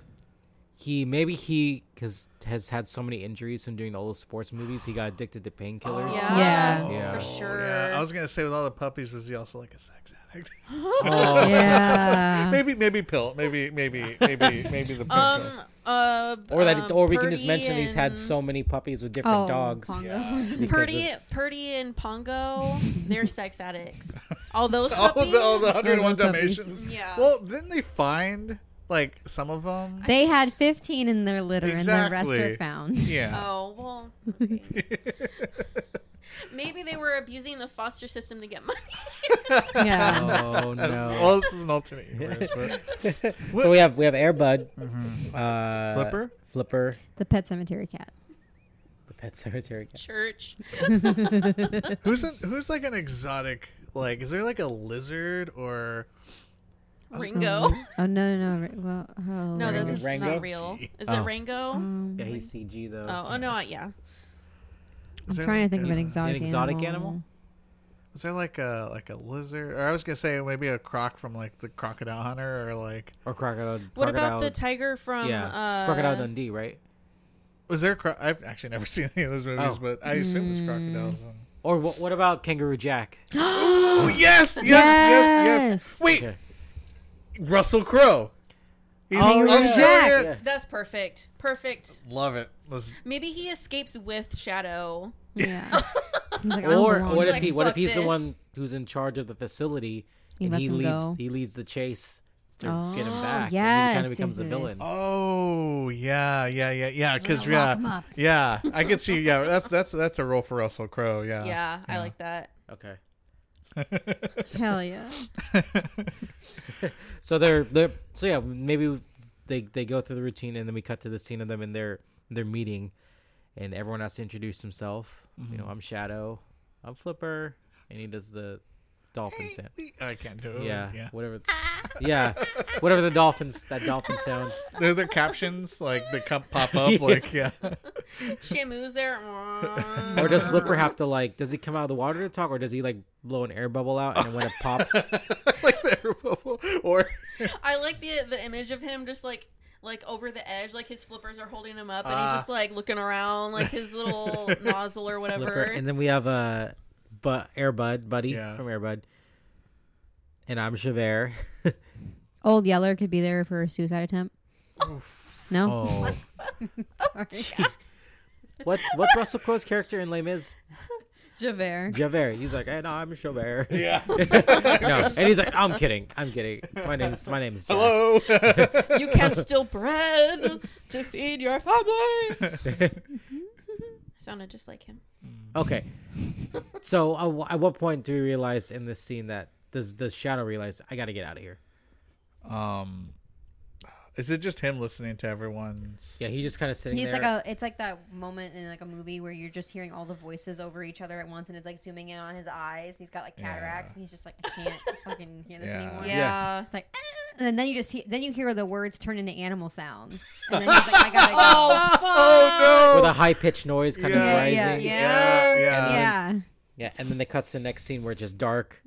he maybe he cause has had so many injuries from doing all those sports movies. He got addicted to painkillers. Yeah. Yeah. Yeah. For Oh, sure. Yeah, I was gonna say with all the puppies, was he also like a sex addict? Oh, Yeah. maybe, maybe pill, maybe, maybe, maybe, maybe the Um. painkillers. Uh. Or that, um, or we can just Purdy mention he's had and- so many puppies with different dogs. Oh, Pongo. yeah. because Purdy, of- Purdy, and Pongo. They're sex addicts. All those all puppies. the all the 101 those puppies. Dalmatians. Yeah. Well, didn't they find like some of them? They had 15 in their litter, and the rest Exactly. are found. Yeah. Oh well. okay. Maybe they were abusing the foster system to get money. yeah. Oh no. Well, this is an alternate universe, but so we have we have Airbud, uh, Mm-hmm. Flipper? Flipper, The Pet Cemetery cat. the Pet Cemetery cat. Church. who's an, who's like an exotic? Like, is there like a lizard or Ringo. Mm-hmm. Oh, no, no, no. Ri- Well, oh, No, Ringo. this is Rango? not real. Is Oh. it Rango? Um, Yeah, he's CG though. Mm-hmm. oh, oh no, I- yeah. I'm is there trying to like think of a- an exotic An exotic animal? animal. Is there like a like a lizard? Or I was gonna say maybe a croc from like the Crocodile Hunter, or like Or crocodile. What crocodile, about the tiger from? yeah, Uh, crocodile Dundee, right? was there? Cro- I've actually never seen any of those movies, Oh. but I assume it's crocodiles. And- Or what? What about Kangaroo Jack? oh yes, yes, yes, yes, Yes. Wait, Okay. Russell Crowe. He's Oh, in yeah. Australia. Yeah. That's perfect. Perfect. Love it. Let's- Maybe he escapes with Shadow. Yeah. He's like, I don't Or belong what if Like, he? What if fuck he's the this. one who's in charge of the facility He and lets he him leads go. he leads the chase to Oh, get him back? and he kind yes, of becomes yes, a yes. villain. Oh yeah, yeah, yeah, yeah. Because lock him yeah, up. yeah, I could see. Yeah, that's that's that's a role for Russell Crowe. Uh, Yeah. yeah, I like that. Okay. Hell yeah. So they're they're so yeah maybe they they go through the routine and then we cut to the scene of them in their their meeting, and everyone has to introduce himself. You know, I'm Shadow, I'm Flipper, and he does the dolphin sound. I can't do it. Yeah, Oh, yeah. whatever. Yeah, whatever the dolphins that dolphin sound. They're their captions like they come pop up. Like yeah. Shamu's there. Or does Flipper have to like? Does he come out of the water to talk, or does he like blow an air bubble out and then when it pops? like the air bubble. Or I like the the image of him just like like over the edge, like his flippers are holding him up, and Ah. he's just like looking around, like his little nozzle or whatever. Flipper, and then we have uh, but Airbud buddy Yeah. from Airbud, and I'm Javert. Old Yeller could be there for a suicide attempt. No? Oh, Sorry. what's what's Russell Crowe's character in Les Mis? Javert. Javert. He's like, and I'm Javert. yeah. no, and he's like, I'm kidding. I'm kidding. My name's my name's. Jack." Hello. you can still bread to feed your family. Sounded just like him. Okay. So uh, w- at what point do we realize in this scene that does does Shadow realize I got to get out of here? um, is it just him listening to everyone's? Yeah, he's just kind of sitting He's there. like a, it's like that moment in like a movie where you're just hearing all the voices over each other at once, and it's like zooming in on his eyes. He's got like cataracts, and he's just like, I can't fucking hear this Yeah. anymore. Yeah. It's like, "Ah," and then you just hear, then you hear the words turn into animal sounds, and then he's like, I gotta go. Oh fuck. with Oh a high pitched noise kind of Yeah, rising. yeah. Yeah, no. yeah. Yeah. Yeah. yeah, and then they cuts to the next scene where it's just dark,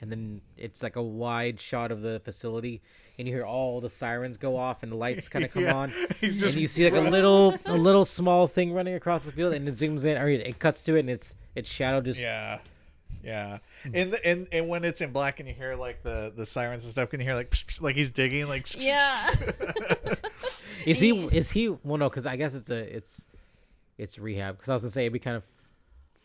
and then it's like a wide shot of the facility, and you hear all the sirens go off and the lights kind of come Yeah. on. He's just and you see like a little, a little small thing running across the field, and it zooms in, or it cuts to it, and it's it's Shadow just Yeah. Yeah. Hmm. And the, and and when it's in black and you hear like the the sirens and stuff, can you hear like psh, psh, like he's digging like psh, psh, Yeah. Is he? Is he? Well, no, because I guess it's a it's it's rehab. Because I was gonna say it'd be kind of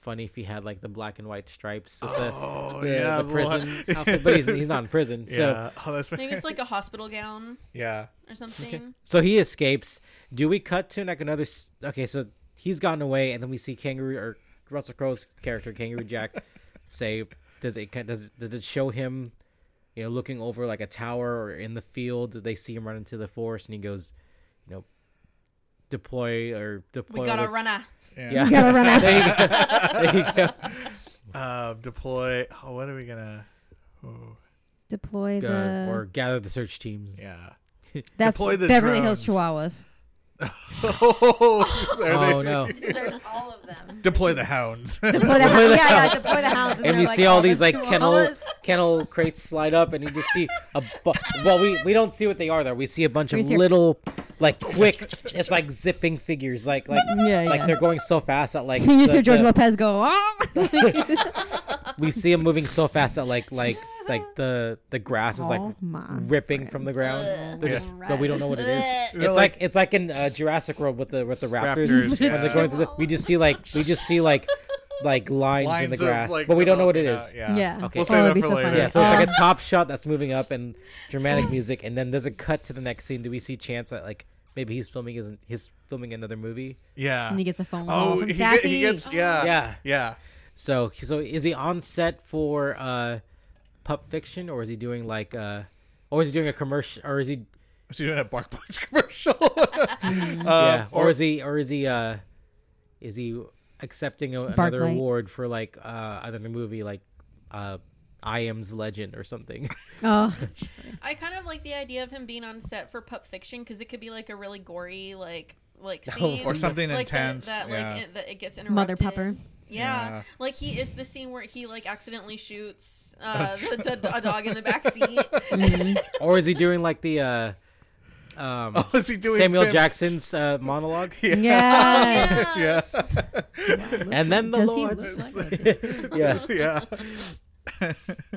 funny if he had like the black and white stripes with the, Oh, the, yeah, the the prison white- outfit, but he's he's not in prison. psh. So Yeah. oh, that's Maybe it's like a hospital gown yeah. or something. so he escapes. Do we cut to like another? s- Okay, so he's gotten away, and then we see Kangaroo or Russell Crowe's character Kangaroo Jack say, "Does it does it- does it show him?" You know, looking over like a tower or in the field, they see him run into the forest, and he goes, "You know, deploy or deploy." We got a what- runner. Yeah. gotta run out. there you go. There you go. Uh, deploy. Oh, what are we gonna? Oh, Deploy Go- the. or gather the search teams. yeah. that's deploy the Beverly Hills Chihuahuas. Oh, there Oh they- no! There's all of them. Deploy the hounds. Deploy the hounds. Yeah, yeah, deploy the hounds. And you see all these like kennel kennel crates slide up, and you just see a. Bu- well, we we don't see what they are though. We see a bunch of Here's your- little, like quick. It's like zipping figures, like like Yeah, like yeah. they're going so fast that like You just the- hear George the- Lopez go, "Ah!" we see them moving so fast that like like like the the grass is like Oh my ripping from the ground. They're just, but we don't know what it is. They're It's like, it's like in uh, Jurassic World with the with the raptors, Raptors, when yeah. they're going through the, we just see like we just see like like lines, in the Lines of, grass, like, but we don't know what it development is. out, yeah. Okay. We'll Oh, save it'd that be for so later. funny. Yeah, so it's like a top shot that's moving up and dramatic music, and then there's a cut to the next scene. Do we see Chance that like maybe he's filming isn't he's filming another movie? yeah. And he gets a phone call oh, from he, get- Sassy. he gets yeah, Yeah. yeah. So so is he on set for uh Pup Fiction or is he doing like uh or is he doing a commercial or is he Was he doing a Bark Box commercial? uh, yeah or, is he or is he uh is he accepting a, another Barclay. award for like uh another movie like uh I am's legend or something. oh, I kind of like the idea of him being on set for Pup Fiction because it could be like a really gory like like scene or something like that- intense? that, yeah. like it, that it gets interrupted. Mother Pupper. Yeah. Yeah. like he is the scene where he like accidentally shoots uh, the, the, a dog in the back Mm-hmm. seat. or is he doing like the uh um oh, is he doing Samuel Sam- Jackson's uh, monologue? Yeah. Yeah, And then the Does he Lord. look yeah. yeah.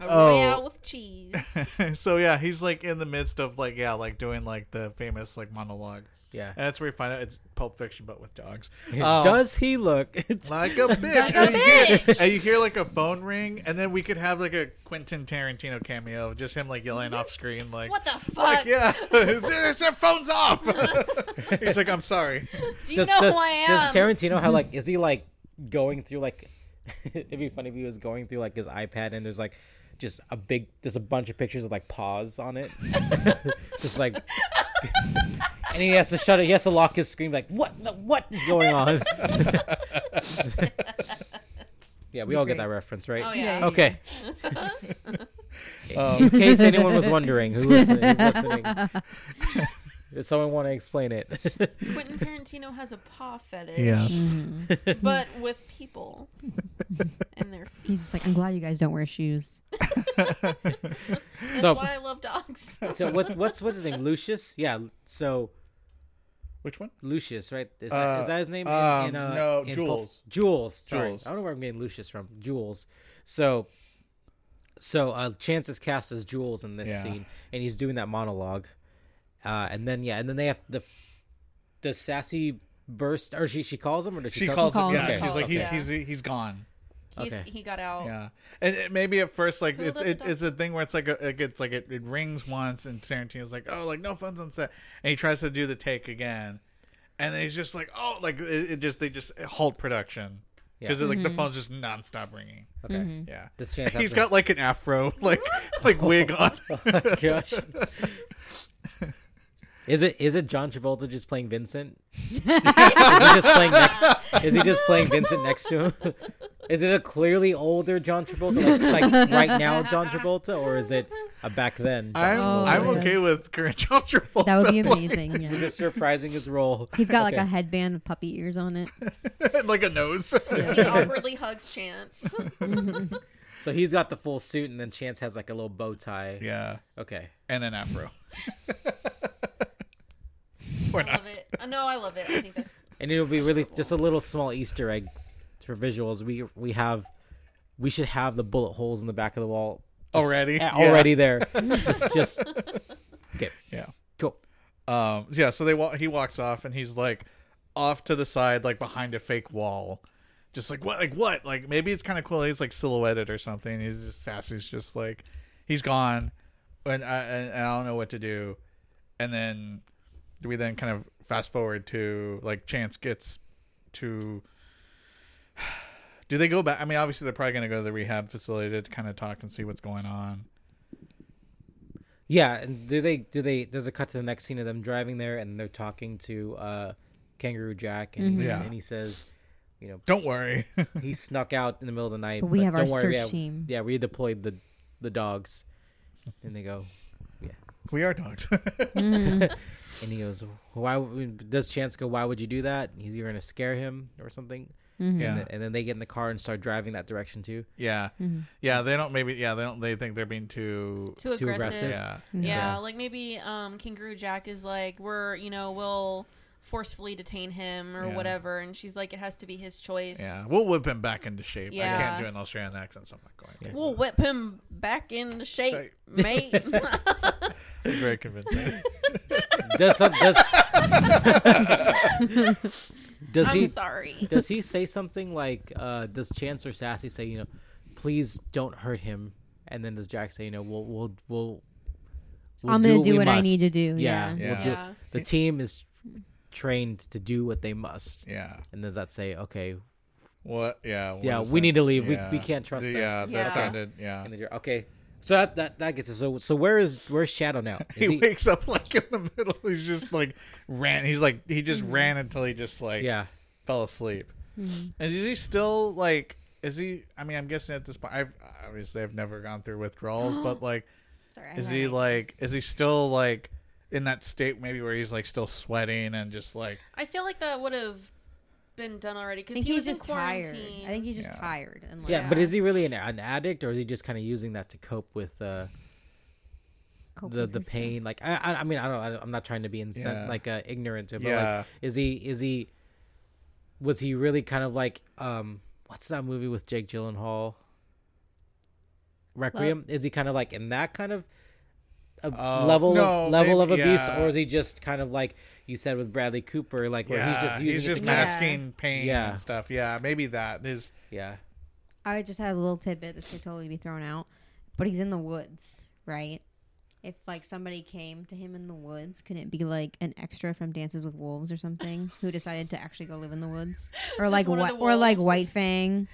Royale with cheese. Oh. so yeah, he's like in the midst of like yeah, like doing like the famous like monologue. Yeah. And that's where you find out it's Pulp Fiction, but with dogs. Um, Does he look? It's, like a bitch. Like a and, you hear, and you hear like a phone ring, and then we could have like a Quentin Tarantino cameo, just him like yelling off screen, like What the fuck? Like, yeah, it's their phone's off. He's like, I'm sorry. Do you does, know does- who I am? does Tarantino have like? Is he like going through like? it'd be funny if he was going through like his iPad and there's like just a big, just a bunch of pictures of like paws on it, just like. And he has to shut it. He has to lock his screen. Like what? the- What is going on? yeah, we all get great. that reference, right? oh Yeah. yeah. Okay. Um, In case anyone was wondering who was who's listening, does someone want to explain it? Quentin Tarantino has a paw fetish. Yes. Mm-hmm. But with people and their feet. He's just like, I'm glad you guys don't wear shoes. That's So- why I love dogs. so what, what's what's his name? Lucius? Yeah. So Which one? Lucius, right? Is that, Uh, is that his name? uh, um, no, Pul- Jules. Jules. Sorry. Jules. I don't know where I'm getting Lucius from. Jules. So, so uh, Chance is cast as Jules in this Yeah. scene, and he's doing that monologue, uh, and then yeah, and then they have the the sassy burst, or she she calls him, or does she, She call calls, calls him. Yeah, him. she's like, Okay. he's, he's he's gone. He's, Okay. He got out. Yeah, and it, maybe at first like it's let it, the dog- it's a thing where it's like a, it gets like it, it rings once, and Tarantino's like, oh, like no phones on set, and he tries to do the take again, and then he's just like, oh, like it, it just they just halt production because Yeah. like Mm-hmm. the phone's just nonstop ringing. Okay. Yeah, This chance he's has to- got like an afro, like like wig on. Oh, Gosh. Is it is it John Travolta just playing Vincent? is he just playing next? Is he just playing Vincent next to him? is it a clearly older John Travolta, like, like right now John Travolta, or is it a back then? John I'm Oh, I'm yeah. okay with current John Travolta. That would be playing- amazing. Travolta? Yeah. Just reprising his role. He's got like Okay. a headband with puppy ears on it. like a nose. He awkwardly hugs Chance. So he's got the full suit, and then Chance has like a little bow tie. yeah, Okay. and an afro. or I not. love it. Uh, No, I love it. I think that's and it'll be really just a little small Easter egg for visuals. We we have we should have the bullet holes in the back of the wall just- Already, eh, yeah. already there. just just okay, Yeah. cool. Um, yeah, so they wa- he walks off and he's like off to the side, like behind a fake wall, just like what, like what, like maybe it's kind of cool. He's like silhouetted or something. He's just Sassy's just like he's gone, and I, and and I don't know what to do. And then we then kind of fast forward to like Chance gets to. Do they go back? I mean, obviously they're probably going to go to the rehab facility to kind of talk and see what's going on. Yeah, and do they do they there's a cut to the next scene of them driving there and they're talking to uh Kangaroo Jack and, Mm-hmm. he- Yeah. and he says Don't worry. he snuck out in the middle of the night. But we have our don't worry, search yeah, team. Yeah, we deployed the the dogs. And they go, we are dogs. And he goes, "Why would- does Chance go? Why would you do that?" And he's you're gonna scare him or something. Yeah. and, and then they get in the car and start driving that direction too. Yeah. Mm-hmm. Yeah, they don't maybe yeah, they don't they think they're being too Too Mm. aggressive. aggressive. yeah. Yeah, like maybe um, Kangaroo Jack is like, we're, you know, we'll forcefully detain him or Yeah. whatever. And she's like, it has to be his choice. Yeah. We'll whip him back into shape. I Yeah. can't do an Australian accent, so I'm not going to. We'll whip him back into shape, Shape. mate. That's very convincing. Does some, does does I'm he sorry. does he say something like uh, does Chance or Sassy say you know please don't hurt him and then does Jack say you know we'll we'll we'll, we'll I'm gonna do we what I must." need to do. yeah, Yeah. We'll do, Yeah. the team is trained to do what they must yeah. and does that say okay What yeah. what Yeah, is we that? need to leave. We- we can't trust The- that. Yeah, that Yeah. sounded yeah. and then you're- okay so that, that that gets us so so where is where's Shadow now Is he, he- wakes up like in the middle. He's just like ran. He's like he just Mm-hmm. ran until he just like yeah fell asleep. And is he still like? Is he? I mean, I'm guessing at this point. I've obviously I've never gone through withdrawals, but like, Sorry, is he like? Is he still like in that state maybe where he's like still sweating and just like I feel like that would have been done already I because think he he's was just in tired. quarantine. I think he's just Yeah. tired. And like, yeah, Yeah. but is he really an, an addict or is he just kind of using that to cope with uh cope the with the his stuff. pain like I, I i mean i don't I, i'm not trying to be incent- Yeah. like uh, ignorant to it, but Yeah. like is he is he was he really kind of like um what's that movie with jake gyllenhaal requiem is he kind of like in that kind of a Oh, level no, of level maybe- of abuse yeah. or is he just kind of like you said with bradley cooper like where he's just using it to kind of- masking pain Yeah. and stuff. Yeah, maybe that is. yeah I just had a little tidbit. This could totally be thrown out, but he's in the woods, right? If like somebody came to him in the woods, could it be like an extra from Dances with Wolves or something who decided to actually go live in the woods, or like one of what, the or like wolves. White Fang?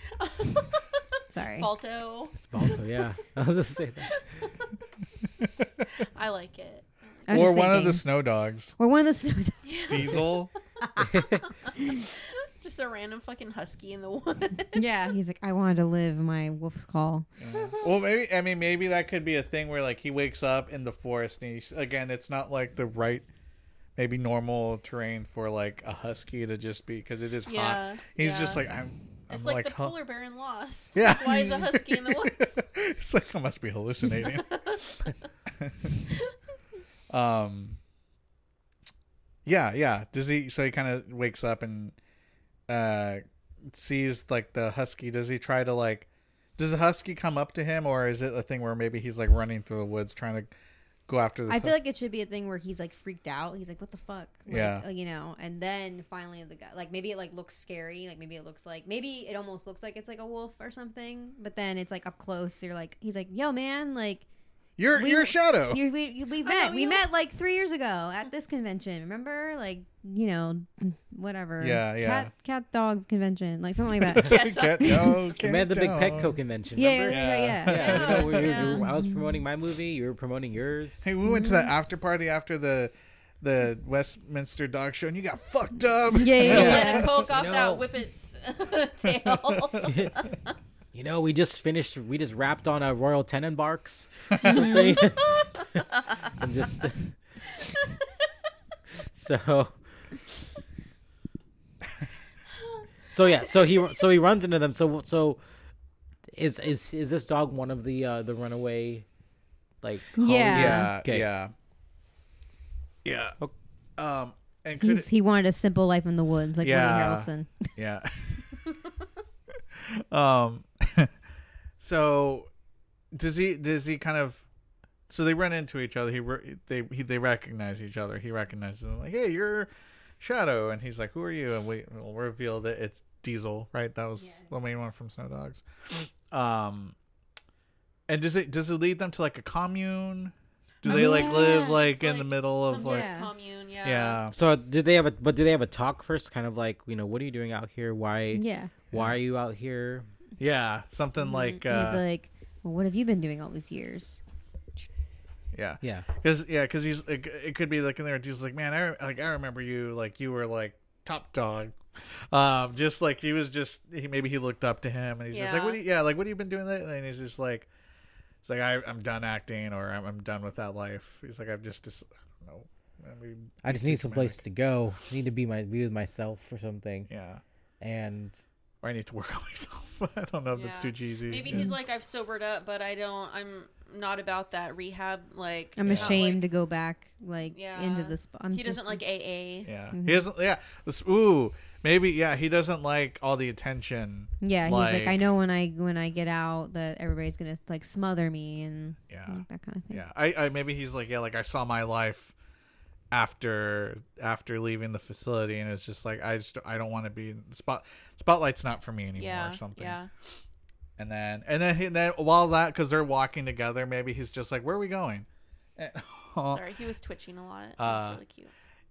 Sorry, Balto. it's balto yeah i was just saying that I like it. I was or just one of the thinking. snow dogs, or one of the snows. Diesel. Just a random fucking husky in the woods. yeah, he's like, I wanted to live my wolf's call. Well, maybe I mean maybe that could be a thing where like he wakes up in the forest and he's again it's not like the right maybe normal terrain for like a husky to just be because it is Yeah, hot. He's yeah. just like I'm. I'm It's like, the huh- polar bear in Lost. Yeah. Why is a husky in the woods? it's like I must be hallucinating. um. Yeah, yeah. Does he? So he kind of wakes up and uh sees like the husky. Does he try to like? Does the husky come up to him, or is it a thing where maybe he's like running through the woods trying to go after the? I feel like it should be a thing where he's like freaked out. He's like, "What the fuck?" Like, Yeah. uh, you know. And then finally, the guy like maybe it like looks scary. Like maybe it looks like maybe it almost looks like it's like a wolf or something. But then it's like up close. You're like, he's like, "Yo, man, like you're we- you're a shadow. you, we you- we met know we you." met like three years ago at this convention. Remember, like you know, whatever. Yeah, yeah. Cat cat dog convention, like something like that. Cat- no, we cat met at the big dog. petco convention yeah, yeah, remember? yeah, yeah. Yeah, you know, we, we- Yeah. I was promoting my movie. You were promoting yours. Hey, we went to that after party after the the Westminster Dog Show, and you got fucked up. Yeah, yeah, yeah. Yeah. Let it poke off No. that whippet's tail. you know, we just finished. We just wrapped on a Royal Tenenbarks. something. and just so. So yeah, so he so he runs into them. So so is is is this dog one of the uh the runaway like Yeah. Yeah, Okay. yeah, yeah. Okay. Um, and could He's, it, he wanted a simple life in the woods, like Yeah. Woody Harrelson. yeah. um, so does he? Does he kind of? So they run into each other. He re- they he, they recognize each other. He recognizes them like, "Hey, you're Shadow," and he's like, "Who are you?" And we will reveal that it's Diesel, right? That was the main one from Snow Dogs. Um, and does it does it lead them to like a commune? Do I they mean, like yeah. live like, in the Like, middle Some of sort like of Yeah. commune, yeah. yeah So did they have a but do they have a talk first? Kind of like you know what are you doing out here? Why Yeah. why are you out here? yeah something Mm-hmm. like And he'd uh, be like, well, what have you been doing all these years? yeah Yeah. Because yeah, because he's it, it could be like in there. He's like, man, I re- like I remember you like you were like top dog, um, just like he was just he maybe he looked up to him and he's just like, Yeah. what? Do you, yeah, like what have you been doing that? And then he's just like, it's like I, I'm done acting or I'm, I'm done with that life. He's like I've just dis- I don't know. I, mean, I he's just too need some place traumatic. to go. I need to be my be with myself or something. Yeah. And or I need to work on myself. I don't know if that's Yeah. too cheesy. Maybe Yeah. he's like, I've sobered up, but I don't. I'm not about that rehab. Like I'm not ashamed to go back like into Yeah. the spot. Like, he doesn't like AA. Yeah, he doesn't. Yeah, this, ooh, maybe. Yeah, he doesn't like all the attention. Yeah, he's like, I like- know when I when I get out that everybody's gonna like smother me and Yeah, like, that kind of thing. yeah. I, I maybe he's like, yeah, like I saw my life after after leaving the facility, and it's just like I just I don't want to be in the spot. Spotlight's not for me anymore, Yeah, or something. yeah. And then and then he, then while that because they're walking together, maybe he's just like, where are we going? And- Sorry, he was twitching a lot. It was Uh, really cute.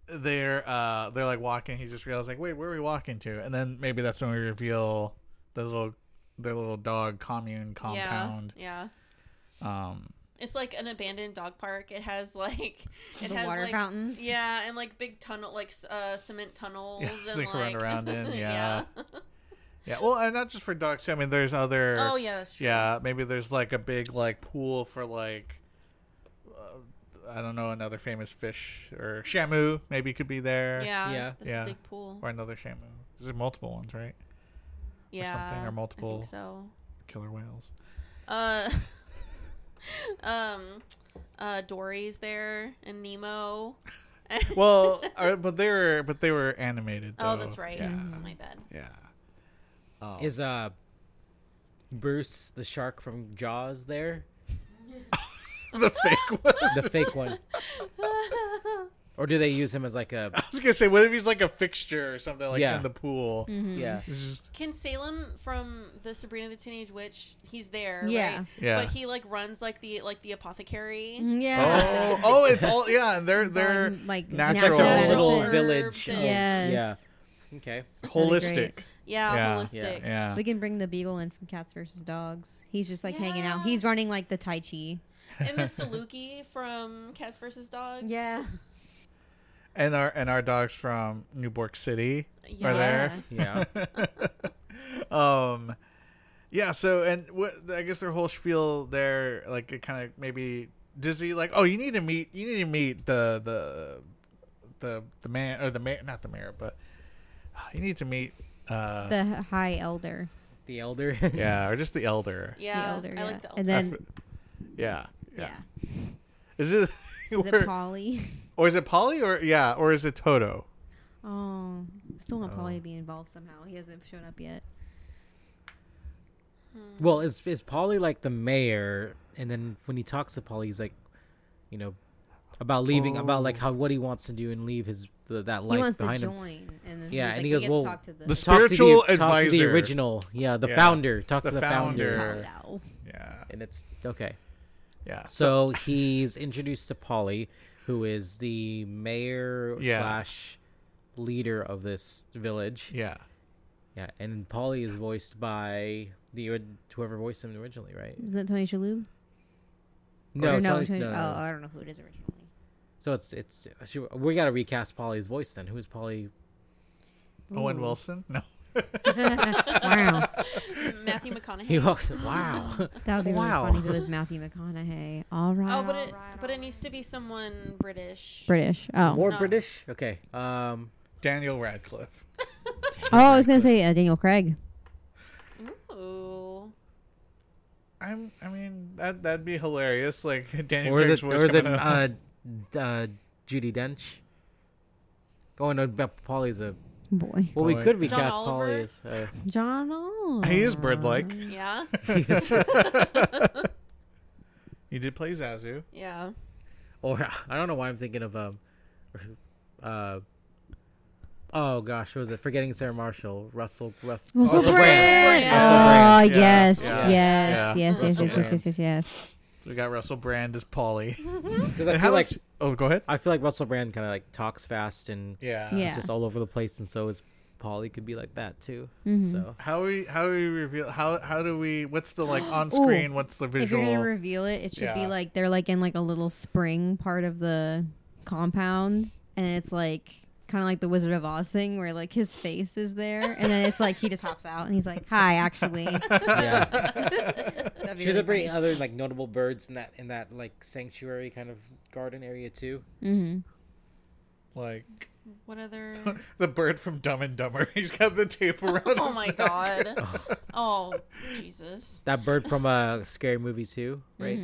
they're uh they're like walking he's just realized like wait where are we walking to and then maybe that's when we reveal their little their little dog commune compound Yeah, yeah. um It's like an abandoned dog park. It has like it The has water like, fountains. Yeah, and like big tunnel, like s- uh, cement tunnels, Yeah, so and you like can run around in, yeah. yeah well and not just for dogs too. i mean there's other Oh yeah, that's true. yeah maybe there's like a big like pool for like uh, i don't know another famous fish or shamu maybe could be there yeah, Yeah. That's Yeah. a big pool. or another shamu there's multiple ones right yeah, something, or I multiple- think so. killer whales Uh, um, uh, Dory's there and Nemo. well uh, but they were but they were animated Oh, though. that's right. yeah My bad. yeah Oh. Is uh Bruce the shark from Jaws there? the fake one. The fake one. or do they use him as like a I was gonna say, what if he's like a fixture or something like Yeah. in the pool? Mm. Mm-hmm. yeah? It's just- Can Salem from the Sabrina the Teenage Witch? He's there. Yeah. Mm-hmm. right? Yeah. But he like runs like the like the apothecary. Yeah. Oh, oh, it's all yeah. and They're they're on, like, natural, natural Their little medicine. village. Herbs of- and- Yes. Okay. holistic. Yeah, Yeah. holistic. Yeah, We can bring the beagle in from Cats versus Dogs. He's just like hanging out. Yeah. He's running like the Tai Chi. And the Saluki from Cats vs. Dogs. and our and our dogs from Newport City Yeah. are there. Yeah. um yeah so and what i guess their whole spiel there like it kind of maybe dizzy like oh you need to meet you need to meet the the the the man or the mayor not the mayor but you need to meet uh The High Elder. The elder. yeah or just the elder Yeah. the Elder. I yeah. like the elder. And I then, f- yeah yeah. is it, Is it Polly? or is it polly or yeah or is it toto Oh, I still want Oh. Polly to be involved somehow. He hasn't shown up yet. Well, is is Polly like the mayor? And then when he talks to Polly, he's like, you know, about leaving, about like how what he wants to do and leave his the, that life Oh. he wants to behind him. join, and then Yeah, he's like, and he we goes, have "Well, to talk to the the, Talk to the- Spiritual talk to the advisor. original, yeah, the Yeah. founder. Talk The to the founder. founder. Toto." yeah and it's okay. yeah So he's introduced to Polly, who is the mayor Yeah. slash leader of this village. yeah Yeah, and Polly is voiced by the whoever voiced him originally, right? Isn't that Tony Shalhoub? No, Or it's no, not- Tony, no, no, Oh, no. I don't know who it is originally. So it's it's she- we got to recast Polly's voice then. Who is Polly? owen wilson no wow, Matthew He McConaughey. walks. Wow. that would be Wow. really funny if it was Matthew McConaughey. All right. Oh, but it but it needs to be someone British. British. Oh, More No. British. Okay. Um. daniel radcliffe oh, I was gonna say uh, Daniel Craig. Ooh. i'm i mean that that'd be hilarious like daniel Or is it? Craig's voice Or is it? coming up. Uh, d- uh, Judy Dench. Oh no, but Polly's a. Boy, Well, we Polly. could John recast Oliver? Polly as. Uh, John. Oliver. He is bird like. Yeah. He did play Zazu. Yeah. or I don't know why I'm thinking of um, uh. Oh gosh, what was it forgetting Sarah Marshall? Russell oh, Russell. Russell Russell Brand. Brand. Oh Brand. Yeah. yes, Yeah. yes, Yeah. Russell yes, yes, yes, yes, Brand. yes, yes, yes. We got Russell Brand as Polly. 'Cause I And feel how like is- oh, go ahead. I feel like Russell Brand kind of like talks fast and Yeah. Yeah. it's just all over the place, and so is Polly could be like that too. So How we how we reveal how how do we what's the like on screen what's the If you're visual gonna reveal it, it should be Yeah. like they're like in like a little spring part of the compound, and it's like kind of like the Wizard of Oz thing where like his face is there, and then it's like he just hops out and he's like, "Hi, actually." yeah, That'd be should there really be other like notable birds in that in that like sanctuary kind of garden area too? funny. Mhm. like What other? the bird from Dumb and Dumber. He's got the tape around. oh his my neck. god. oh Jesus. That bird from a uh, scary movie too, right?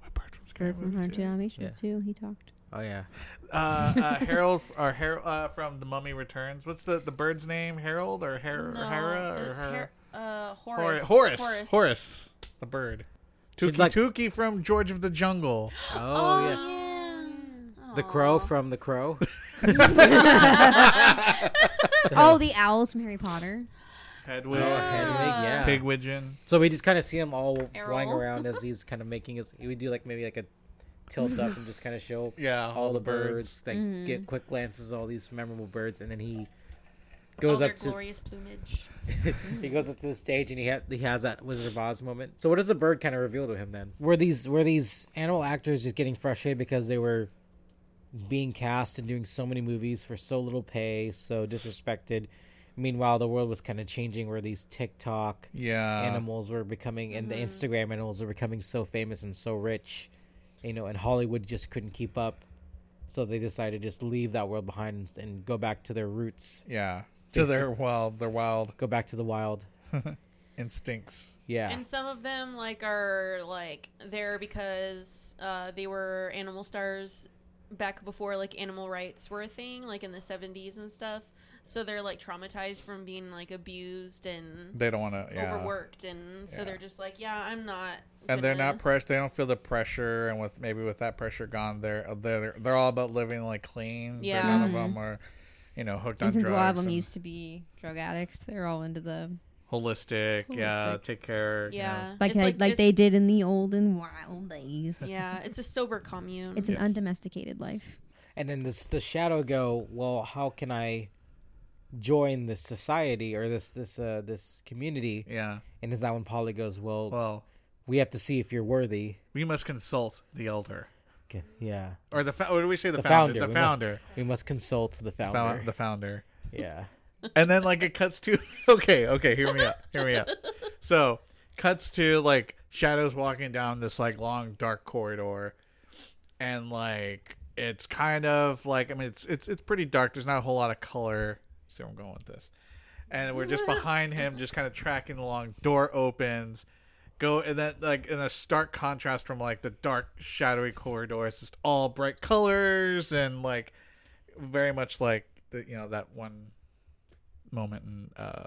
What bird from Scary Bird from Movie Hundred too? Dalmatians Yeah. too. He talked. Oh yeah, Uh, uh, Harold or Har- uh, from The Mummy Returns. What's the, the bird's name? Harold or Har- No, or Hera or it's Her- Har- uh, Hor- Horace. Horace. Horace. The bird. She'd Tuki like- Tuki from George of the Jungle. oh, Oh, yeah. yeah. The crow from The Crow. So- Oh, the owls from Harry Potter. Hedwig. Oh, Hedwig, yeah. Pigwidgeon. So we just kind of see him all Errol. flying around as he's kind of making his. We do like maybe like a tilt up and just kind of show Yeah, all, the birds, that Mm-hmm. get quick glances, all these memorable birds, and then he goes All up their to glorious plumage. he goes up to the stage and he ha- he has that Wizard of Oz moment. So what does the bird kind of reveal to him then? Were these were these animal actors just getting frustrated because they were being cast and doing so many movies for so little pay, so disrespected? Meanwhile, the world was kind of changing where these TikTok Yeah. animals were becoming and the Instagram animals were becoming so famous and so rich, you know, and Hollywood just couldn't keep up. So they decided to just leave that world behind and, and go back to their roots, Yeah. To their wild, their wild go back to the wild. instincts. Yeah. And some of them like are like there because uh, they were animal stars back before like animal rights were a thing, like in the seventies and stuff. So they're like traumatized from being like abused and They don't want to. Yeah. overworked, and so Yeah. they're just like, yeah, I'm not. And they're gonna- not pressure. They don't feel the pressure, and with maybe with that pressure gone, they're they're they're all about living like clean. Yeah. Yeah. None of Mm-hmm. them are, you know, hooked And on since drugs. a lot of them and used to be drug addicts, they're all into the holistic, Yeah. Holistic. Take care. you know. Yeah, like It's like, like they it's- did in the old and wild days. Yeah, it's a sober commune. It's an undomesticated life. and then this the shadow go well how can i join this society or this this uh this community Yeah. and is that when polly goes well, Well, we have to see if you're worthy we must consult the elder K- yeah or the. Fa- what do we say? The, the founder. The founder, we must- founder. we must consult the founder Found, the founder. yeah and then like it cuts to okay okay hear me out hear me out so cuts to like shadows walking down this like long dark corridor and like it's kind of like i mean it's it's it's pretty dark there's not a whole lot of color see where i'm going with this and we're just behind him just kind of tracking along door opens go and then like in a stark contrast from like the dark shadowy corridor it's just all bright colors and like very much like the you know that one moment in uh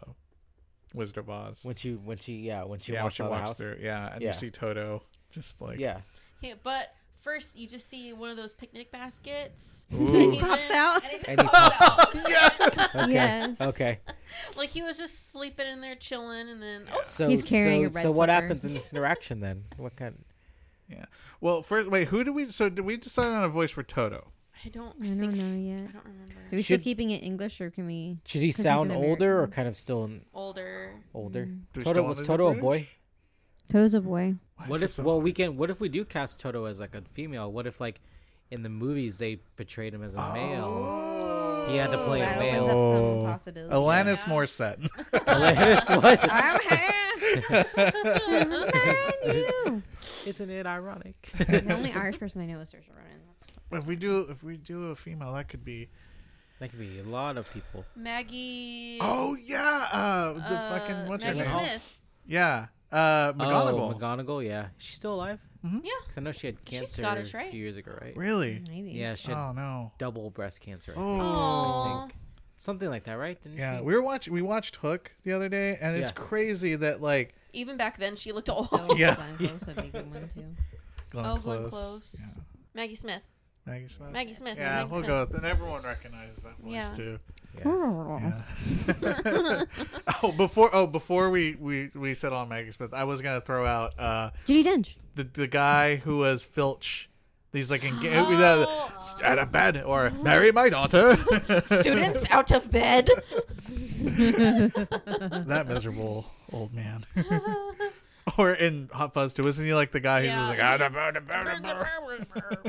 Wizard of Oz. when she when she yeah when she yeah, when walks she out of the walks house through. Yeah, and Yeah. you see Toto just like yeah Yeah, but first you just see one of those picnic baskets. Ooh. Pops out. and he pops okay Yes. okay Like he was just sleeping in there chilling, and then oh, so He's carrying so, a red so what slipper. happens in this interaction then what kind Yeah. Well, first wait, who do we so did we decide on a voice for Toto? I don't. I I, don't think, know yet. I don't remember. Are we still Should- keeping it English or can we? should he he's sound an Mm. older or kind of still in Older. older Do we still toto want was to do toto a British? boy Toto's a boy. Why is What this if so well hard? we can what if we do cast Toto as like a female? What if like in the movies they portrayed him as a male? He had to play a that opens male. up Oh. some possibilities. Alanis Morissette. Alanis, what? I'm here. I'm Isn't it ironic? here. the only Irish person I know is Saoirse Ronan. if we do if we do a female, that could be that could be a lot of people. Maggie. Oh yeah, uh the uh, fucking what's Maggie her name? Smith. Yeah. Uh McGonagall. Oh, McGonagall, yeah. She's still alive? Hmm? Yeah. Because I know she had cancer Scottish, a right? few years ago, right? Really? Maybe. Yeah, she had Oh no. double breast cancer. I think. Oh. Aw. Something like that, right? Didn't Yeah, she? we were watching we watched Hook the other day and it's Yeah. crazy that like Even back then, she looked old. So Yeah. Glenn Close would be a good one too. Glenn Oh, Glenn Close. Yeah. Maggie Smith. Maggie Smith. Maggie Smith. Yeah, Maggie we'll Smith. go with and everyone recognizes that voice Yeah. too. Yeah. oh, before oh before we we we settle on Maggie Smith, I was gonna throw out uh Judy Dench. the the guy who was Filch. He's like in Oh. out of bed or marry my daughter. Students out of bed. that miserable old man. or in Hot Fuzz too, isn't he like the guy who's Yeah. just like "Ah, out of bed, out of bed.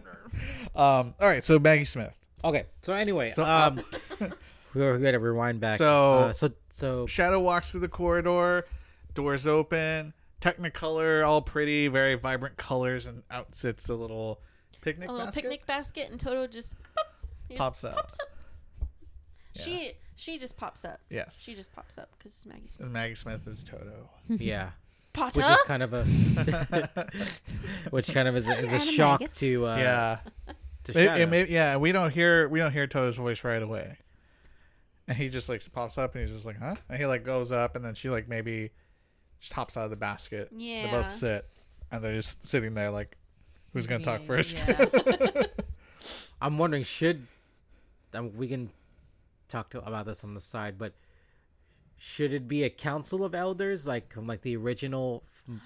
Um. All right, so Maggie Smith. Okay. So anyway, So, uh, um, we were- we gotta rewind back. So- uh, so so Shadow walks through the corridor, doors open, Technicolor, all pretty, very vibrant colors, and out sits a little picnic a little basket. picnic basket, and Toto just, boop, he just Pops out. pops up. She she just pops up. Yes. She just pops up because it's Maggie Smith. Maggie Smith is Toto. yeah. Potter. Which is kind of a, which kind of is a, is a shock Animagus. to uh, yeah. to It- it Shadow. may- yeah, we don't hear we don't hear Toto's voice right away, and he just like pops up and he's just like, huh? And he like goes up and then she like maybe just hops out of the basket. they Yeah. both sit and they're just sitting there like, who's gonna talk first? Yeah. I'm wondering should um, we can talk to, about this on the side, but should it be a council of elders like from like the original f-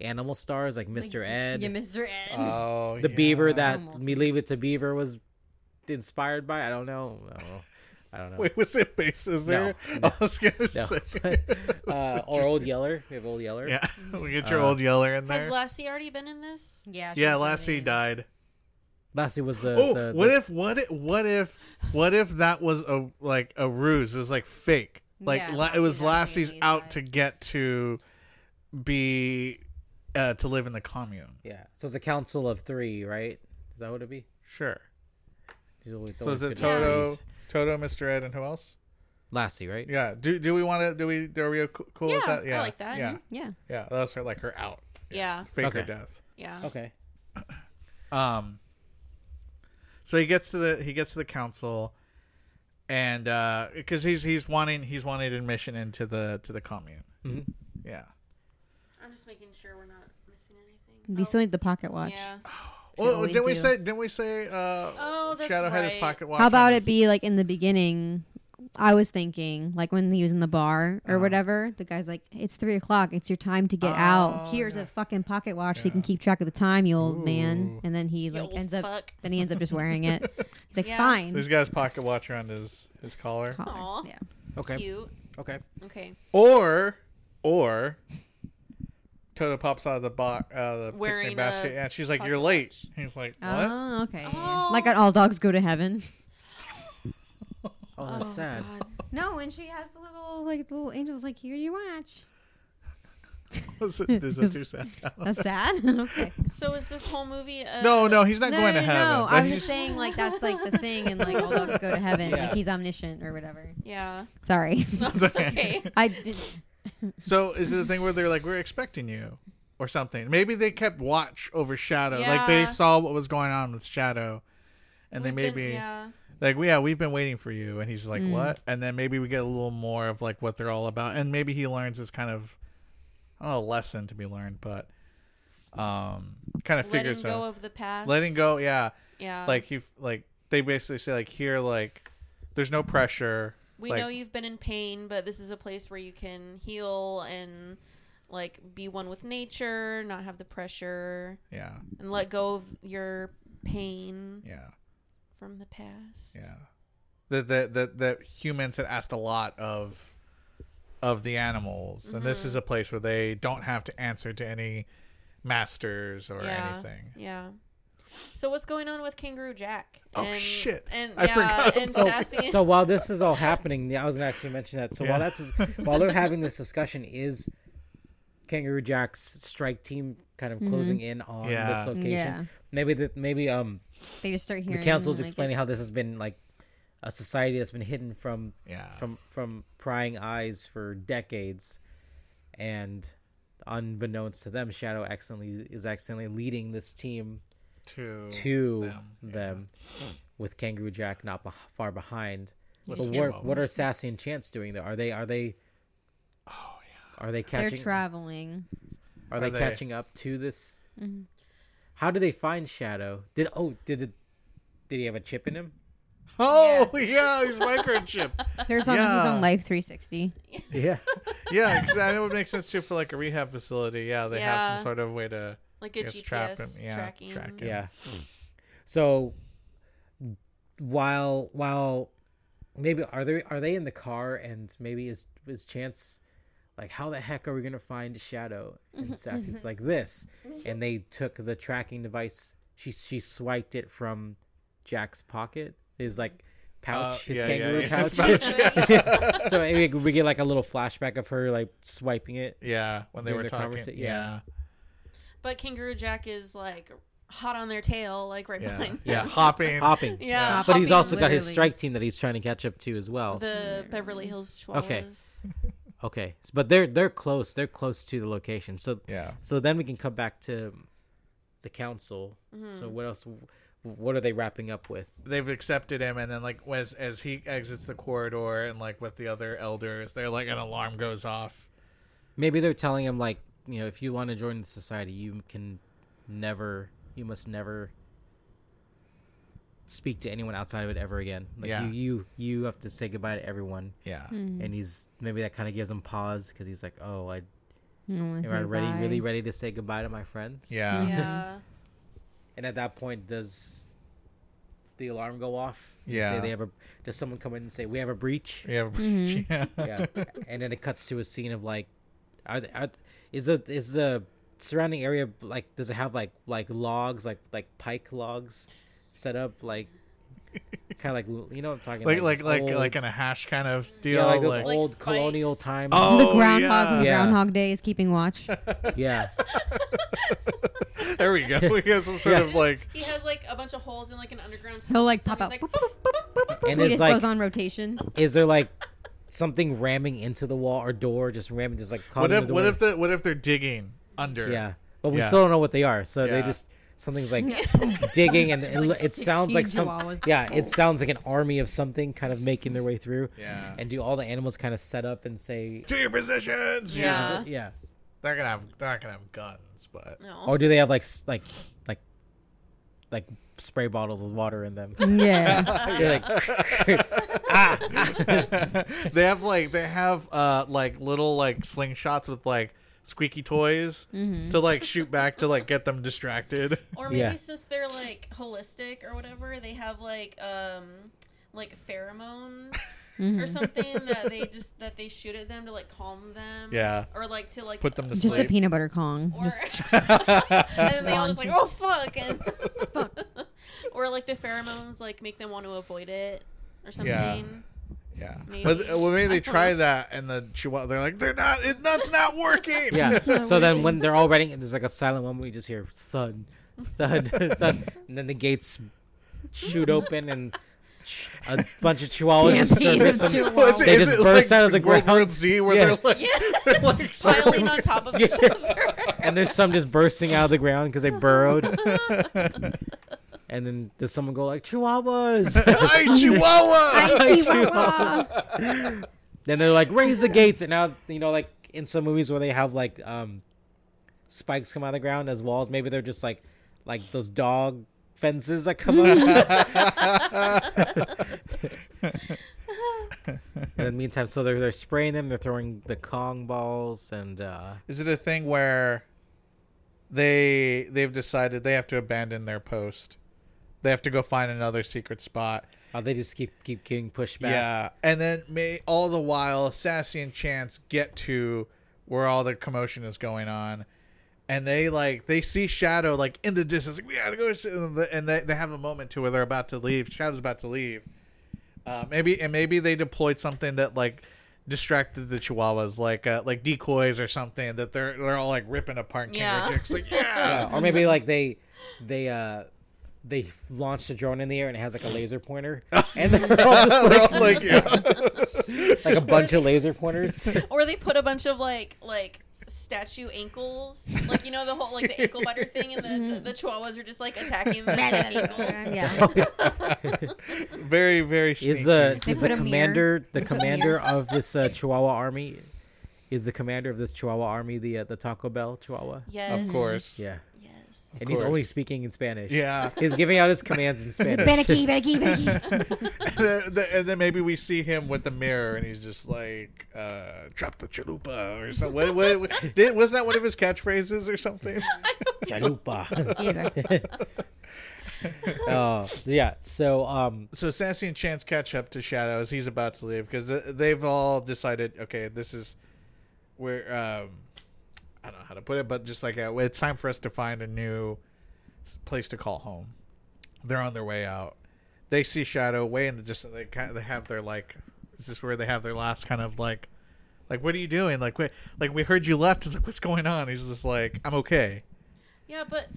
Animal Stars, like Mr. Ed, yeah, Uh, Mr. Ed. oh, the yeah. Beaver that Almost. Me Leave It to Beaver was inspired by? I don't know. I don't know. I don't know. Wait, was it bases there? no, I was gonna say. uh, or Old Yeller. We have Old Yeller. yeah, we get your old yeller in there. Has Lassie already been in this? Yeah. she yeah, was Lassie leaving. died. Lassie was the. oh, the- what the- if what if what if what if that was a like a ruse? It was like fake. Like Yeah, la- it was Lassie's Lassie's actually out alive. to get to be uh, to live in the commune. Yeah. So it's a council of three, right? Is that what it'd be? Sure. It's always- it's So always is it good to have Toto, these. Toto, Mr. Ed, and who else? Lassie, right? Yeah. Do do we want to? Do we? Are we o- cool with Yeah, that? I like that. mm-hmm. Yeah. Yeah. Yeah. That's her like her out. Yeah. Fake her Okay. death. Yeah. Okay. Um. So he gets to the he gets to the council, and because he's he's wanting he's wanting admission into the to the commune. Mhm. Yeah. Oh. I'm just making sure we're not missing anything. We still need the pocket watch. Yeah. Well, always didn't we do. say? Didn't we say? Uh, Oh, that's Shadow had his right. pocket watch. How about on it his- be like in the beginning? I was thinking, like when he was in the bar Uh-huh. or whatever, the guy's like, "It's three o'clock. It's your time to get out. Oh, Here's yeah. a fucking pocket watch so you can keep track of the time, you old man." Ooh. And then he You like old ends up, fuck. then he ends up just wearing it. He's like, Yeah. "Fine." So he's got his pocket watch around his his collar, Collar. Aw. Yeah. Okay. Cute. Okay. Okay. or or Toto pops out of the box, uh, the Wearing picnic a basket, and she's like, pocket "You're late." He's like, "What?" Oh, okay. yeah, yeah. Oh. Like at all dogs go to heaven. Oh, that's sad. No, and she has the little like the little angels like here you watch. Is it- is it too sad? That's sad. okay. So is this whole movie? A, no, no, he's not No, going no, to no, heaven. no. but I was he's- just saying like that's like the thing, and like all dogs go to heaven. Yeah. Like he's omniscient or whatever. Yeah. Sorry, That's okay. I did. So is it the thing where they're like, we're expecting you or something? Maybe they kept watch over Shadow. Like they Yeah. saw what was going on with Shadow. And they We've been- maybe yeah. Mm. like, yeah, we've been waiting for you. And he's like, what? And then maybe we get a little more of like what they're all about. And maybe he learns this kind of, I don't know, lesson to be learned, but um, kind of Letting figures go out of the past. letting go. Yeah. Yeah. Like he, like they basically say like here, like there's no pressure. we like, know you've been in pain, but this is a place where you can heal and like be one with nature, not have the pressure, Yeah. and let go of your pain Yeah. from the past. Yeah. That that that that humans had asked a lot of of the animals. And this is Mm-hmm. a place where they don't have to answer to any masters or yeah. anything. Yeah. So what's going on with Kangaroo Jack? Oh, shit. And I yeah, forgot and So, Sassy. so while this is all happening, I was gonna actually mention that. So while Yeah. that's while they're having this discussion, is Kangaroo Jack's strike team kind of closing in on Yeah. this location? Yeah. Maybe that maybe um They just start hearing the council's like, explaining how this has been like a society that's been hidden from Yeah. from from prying eyes for decades, and unbeknownst to them, Shadow accidentally is accidentally leading this team To to them, them, with Kangaroo Jack not beh far behind. Which but is what, trouble. what are Sassy and Chance doing there? Are they are they Oh, are they They're catching traveling. are they Are they- catching up to this? Mm-hmm. How do they find Shadow? Did oh did it, did he have a chip in him? Oh yeah, he's microchip. There's on Yeah. he's on Life 360. Yeah. yeah, 'cause I know it would make sense too for like a rehab facility. Yeah, they have Yeah. some sort of way to like a Yes, GPS trap him. Yeah, tracking. track him. Yeah. So while while maybe are they are they in the car and maybe is is Chance like how the heck are we gonna find Shadow? And Sassy's like this, and they took the tracking device. She she swiped it from Jack's pocket. His like pouch, Uh, his yeah, yeah, kangaroo yeah, his pouch. so maybe we get like a little flashback of her like swiping it. Yeah, when they During were their talking. conversa- yeah. yeah. But Kangaroo Jack is like hot on their tail, like right Yeah. behind. Yeah. Hopping. Hopping. Yeah. But he's Hopping, also got his literally. strike team that he's trying to catch up to as well. The Beverly Hills Chihuahuas. Okay. okay. S- But they're they're close. They're close to the location. So Yeah. so then we can come back to the council. So what else what are they wrapping up with? They've accepted him, and then like as as he exits the corridor, and like with the other elders, they're like an alarm goes off. Maybe they're telling him like, you know, if you want to join the society, you can never you must never speak to anyone outside of it ever again. Like Yeah. you you you have to say goodbye to everyone. Yeah. Hmm. And he's maybe that kind of gives him pause cuz he's like, "Oh, I Am am I ready really ready to say goodbye to my friends?" Yeah. Yeah. And at that point, does the alarm go off? They Yeah. Say they have a. Does someone come in and say we have a breach? We have a yeah. Yeah. and then it cuts to a scene of like, are, th- are th- is the is the surrounding area like does it have like like logs like like pike logs set up like kind of like you know what I'm talking Like about like like those like in old- a hash kind of deal. yeah like those Like old spikes. colonial times Oh, the groundhog yeah. from Yeah. Groundhog Day is keeping watch. yeah there we go. We have some sort Yeah. of like He has like a bunch of holes in like an underground. He'll tunnel like system. pop out. He's Boop, boop, boop, boop, boop, boop. And he it's just like- goes on rotation. is there like something ramming into the wall or door just ramming just like what causing if the what door- if the what if they're digging under? Yeah, but we Yeah. still don't know what they are. So Yeah. they just something's like digging, and it, it sounds like 16 some. chihuahuas. Yeah, it sounds like an army of something kind of making their way through. Yeah. and do all the animals kind of set up and say, To your positions. Yeah. yeah, They're gonna have they're not gonna have guns, but Oh. No. or do they have like s- like like like spray bottles with water in them? Yeah. You're like, they have like they have uh like little like slingshots with like squeaky toys to like shoot back to like get them distracted. Or maybe Yeah. since they're like holistic or whatever, they have like um like pheromones or something that they just that they shoot at them to like calm them. Yeah. Or like to like Put them to just a sleep. peanut butter Kong. Or Just and then they all just like oh fuck and Fuck. or like the pheromones like make them want to avoid it or something. yeah. Maybe. But uh, well, maybe they Uh-huh. try that and the chihuahua they're like they're not it, that's not working. yeah. So then when they're all writing, and there's like a silent moment, we just hear thud, thud, thud, and then the gates shoot open and. A bunch of chihuahuas just Stampede of surface and Well, is it- They is just it burst like out of the World War ground. Z where Yeah. they're like, they're like Piling on top of each other. and there's some just bursting out of the ground because they burrowed. and then does someone go like Chihuahuas? Hi, Chihuahua. Chihuahuas. then they're like raise the gates, and now you know like in some movies where they have like um spikes come out of the ground as walls. Maybe they're just like like those dog fences that come up. in the meantime, so they're they're spraying them. They're throwing the Kong balls and. uh Is it a thing where they they've decided they have to abandon their post? They have to go find another secret spot. Oh, they just keep keep getting pushed back. Yeah, and then may all the while Sassy and Chance get to where all the commotion is going on, and they like they see Shadow like in the distance. Like, we gotta go, and the- and they they have a moment to where they're about to leave. Shadow's about to leave. Uh, maybe and maybe they deployed something that like distracted the Chihuahuas, like uh, like decoys or something that they're they're all like ripping apart. King Yeah. Richard's, like yeah, or maybe like they they uh they f- launched a drone in the air and it has like a laser pointer and they're all just they're like, all like yeah. like a bunch of laser pointers or they put a bunch of like like statue ankles like you know the whole like the ankle butter thing and the, the, the chihuahuas are just like attacking the ankles yeah. very very. is Sneaky. the They is the put a mirror. commander the put commander mirrors. of this uh, chihuahua army is the commander of this chihuahua army the uh, the taco bell chihuahua yes of course. yeah yes and he's course. only speaking in spanish Yeah. he's giving out his commands in spanish Benaki, Benaki, Benaki. the, the, and then maybe we see him with the mirror, and he's just like, uh, "Drop the chalupa" or something. What, what, what- did, was that one of his catchphrases or something? Chalupa. Either. oh yeah so um so Sassy and Chance catch up to Shadow as he's about to leave because they've all decided, okay, this is where um, I don't know how to put it, but just like uh, it's time for us to find a new s- place to call home. They're on their way out. They see Shadow way in the distance. They kind they have their like, is this where they have their last kind of like, like what are you doing? Like, we, like we heard you left. It's like what's going on? He's just like, I'm okay. yeah but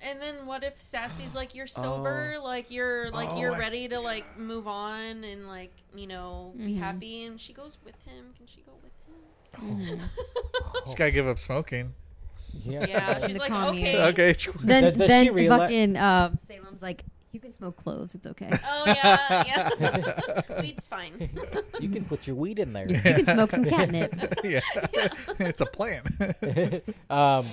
And then what if Sassy's like you're sober, like you're like Oh, you're I- ready to like move on and like you know be Mhm. happy, and she goes with him. Can she go with him? Just gotta give up smoking. Yeah. Yeah, In she's the like commune. okay. Okay. Then, Does- does then she reali- fucking uh, Salem's like, you can smoke cloves. It's okay. Oh yeah, yeah. Weed's fine. You can put your weed in there. You can smoke some catnip. yeah. it's a plant. um,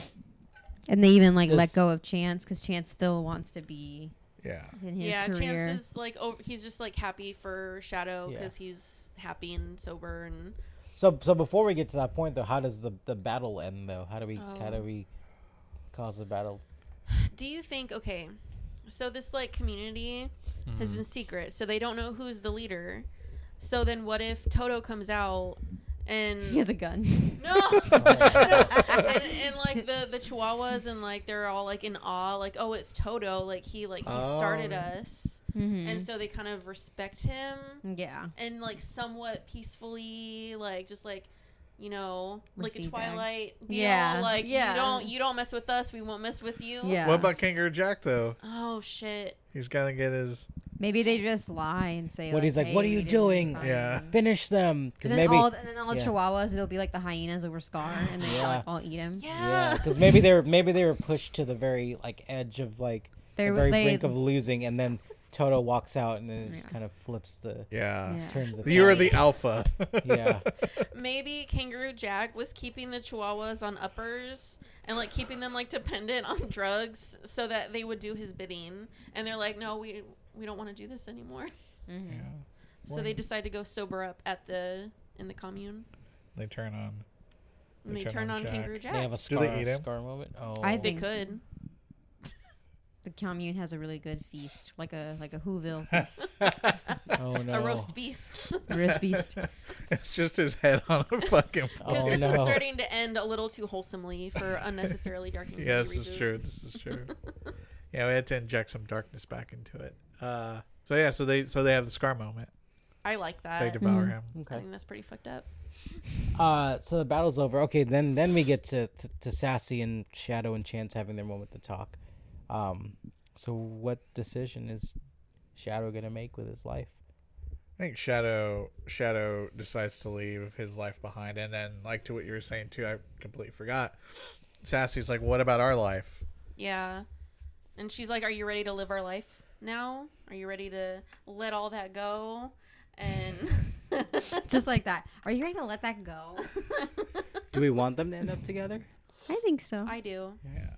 And they even like let Does- go of Chance because Chance still wants to be yeah. in his yeah, career. Chance is like oh, he's just like happy for Shadow Yeah. because he's happy and sober and so so before we get to that point though, how does the, the battle end though? How do we how Oh. do we cause the battle? do you think okay so this like community has been secret so they don't know who's the leader so then what if toto comes out and He has a gun. no and, and like the the chihuahuas and like they're all like in awe like oh it's toto like he like he started Oh. us Mm-hmm. and so they kind of respect him Yeah. and like somewhat peacefully like just like you know like a Receive back. twilight deal. Yeah, like yeah. you don't you don't mess with us we won't mess with you Yeah. What about Kangaroo Jack though? oh shit He's gotta get his. Maybe they just lie and say. What, like, he's like, "Hey, what are you we didn't really doing?" find Yeah. him." Finish them because And then maybe all and then all yeah. chihuahuas, it'll be like the hyenas over Scar, and they Yeah. like all eat him. yeah Yeah. because maybe they're maybe they were pushed to the very like edge of like They the were- very they- brink of losing, and then Toto walks out and then it just Yeah. kind of flips the Yeah. Yeah. turns. The You are tide. the alpha. yeah. Maybe Kangaroo Jack was keeping the chihuahuas on uppers and like keeping them like dependent on drugs so that they would do his bidding. And they're like, no, we we don't want to do this anymore. Mm-hmm. So they decide to go sober up at the in the commune. They turn on. And They they, turn turn, on on Jack. Kangaroo Jack. They have a Do scar, they eat him? scar moment. Oh, I They think- could. The commune has a really good feast, like a like a Whoville feast, oh no. A roast beast. a roast feast. It's just his head on a fucking. Because Oh, this is no. starting to end a little too wholesomely for unnecessarily dark and Yeah, Gritty this is reboot. true. This is true. yeah, we had to inject some darkness back into it. Uh, so yeah, so they so they have the scar moment. I like that. They devour him. I Okay. think that's pretty fucked up. Uh, so the battle's over. Okay, then then we get to, to to Sassy and Shadow and Chance having their moment to talk. Um, so what decision is Shadow gonna make with his life? I think Shadow Shadow decides to leave his life behind, and then like to what you were saying too, I completely forgot. Sassy's like, "What about our life?" Yeah. And she's like, Are you ready to live our life now? Are you ready to let all that go? And just like that. Are you ready to let that go? Do we want them to end up together? I think so. I do. Yeah,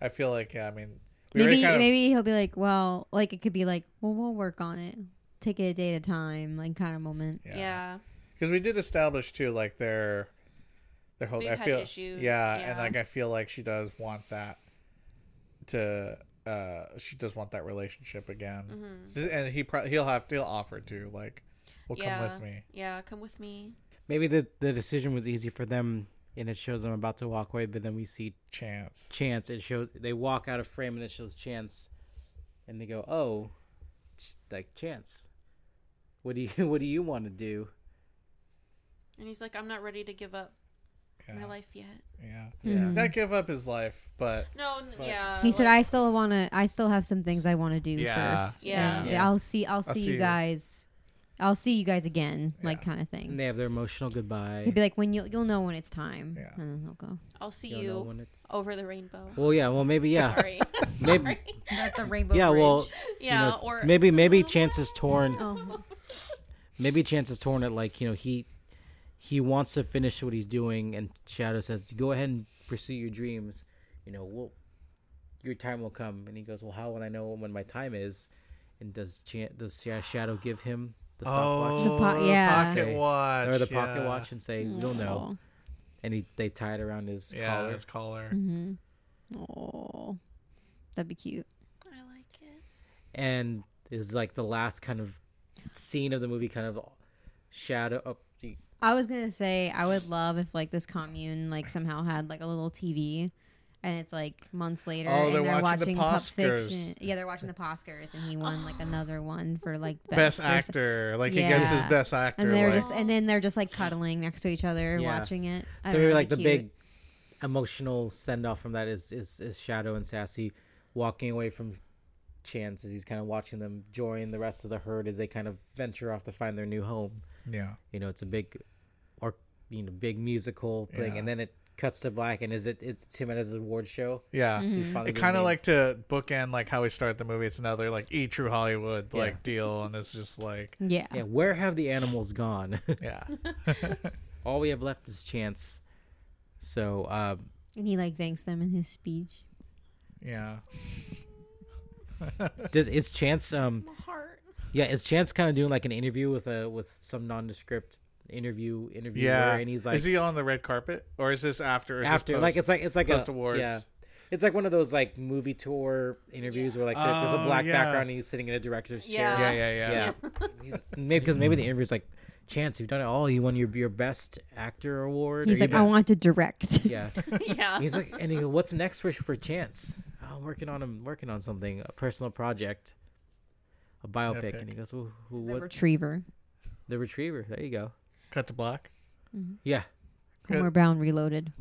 I feel like yeah, I mean, we already maybe kind of- maybe he'll be like, well, like it could be like, well, we'll work on it, take it a day at a time, like kind of moment. Yeah. because we did establish too like their their whole They've I had feel issues, Yeah, and yeah. like I feel like she does want that to uh she does want that relationship again Mm-hmm. and he pro- he'll have to he'll offer to like well yeah. come with me Yeah, come with me. Maybe the the decision was easy for them, and it shows them about to walk away. But then we see chance Chance. It shows they walk out of frame, and it shows Chance, and they go, "Oh, ch- like Chance, what do you what do you want to do?" And he's like, I'm not ready to give up yeah, my life yet. yeah not give up his life but No, n yeah. He said, like- I still want to. I still have some things I want to do Yeah. first. Yeah. And Yeah. I'll see. I'll see, see you you. guys. I'll see you guys again, like kind of And thing. they have their emotional goodbye. He'd be like, when you'll you'll know when it's time. Yeah. And then he'll go. I'll see You'll know you when it's- over the rainbow. Well, yeah. Well, maybe yeah. Sorry. Maybe- Sorry. At the rainbow. yeah. Well, you yeah, know, or maybe maybe somewhere. Chance is torn. Oh. Maybe Chance is torn at like you know he he wants to finish what he's doing, and Shadow says, "Go ahead and pursue your dreams. You know, we'll, your time will come." And he goes, "Well, how would I know when my time is?" And does Chan- does Sha- Shadow give him the Oh, stopwatch The po- yeah. pocket watch or the pocket yeah. watch and say, "You'll know." And he they tie it around his yeah collar. his collar Oh, that'd be cute. I like it. and is like the last kind of scene of the movie kind of shadow oh, up the I was gonna say I would love if like this commune like somehow had like a little TV, and it's like months later Oh, and they're they're, watching watching, the Pulp Oscars. Fiction. Yeah, they're watching the Oscars, and he won like another one for like best, or so- actor like he gets his Yeah. best actor And they're like, just and then they're just like cuddling next to each other Yeah. watching it. I so don't know, maybe like the that'd be big emotional send off from that is, is is Shadow and Sassy walking away from Chance as he's kind of watching them join the rest of the herd as they kind of venture off to find their new home. Yeah. You know, it's a big or you know, big musical thing Yeah. and then it cuts to black and is it is it's him at his award show? Yeah. He's Mm-hmm. finally It being kind of named. like to bookend like how we start the movie. It's another like e true Hollywood Yeah. like deal, and it's just like Yeah. Yeah, where have the animals gone? yeah, All we have left is chance. So uh And he like thanks them in his speech. yeah. does is chance um My heart. Yeah, is Chance kind of doing like an interview with a with some nondescript interview interviewer, Yeah. and he's like is he on the red carpet or is this after? Or is this after like post? it's like it's like post a, awards? Yeah, it's like one of those like movie tour interviews where like there- there's a Oh, black yeah. background and he's sitting in a director's Yeah. chair. yeah, yeah, yeah, yeah. he's, maybe because maybe the interviewer's like, Chance, you've done it all. You won your your best actor award. He's or like, you I did-" want to direct. yeah. Yeah. He's like, and he, goes, what's next for for Chance? Oh, I'm working on him, working on something, a personal project, a biopic. Epic. And he goes, well, who, The what? Retriever. the Retriever. There you go. Cut to black. Yeah. Good. Homer Brown reloaded.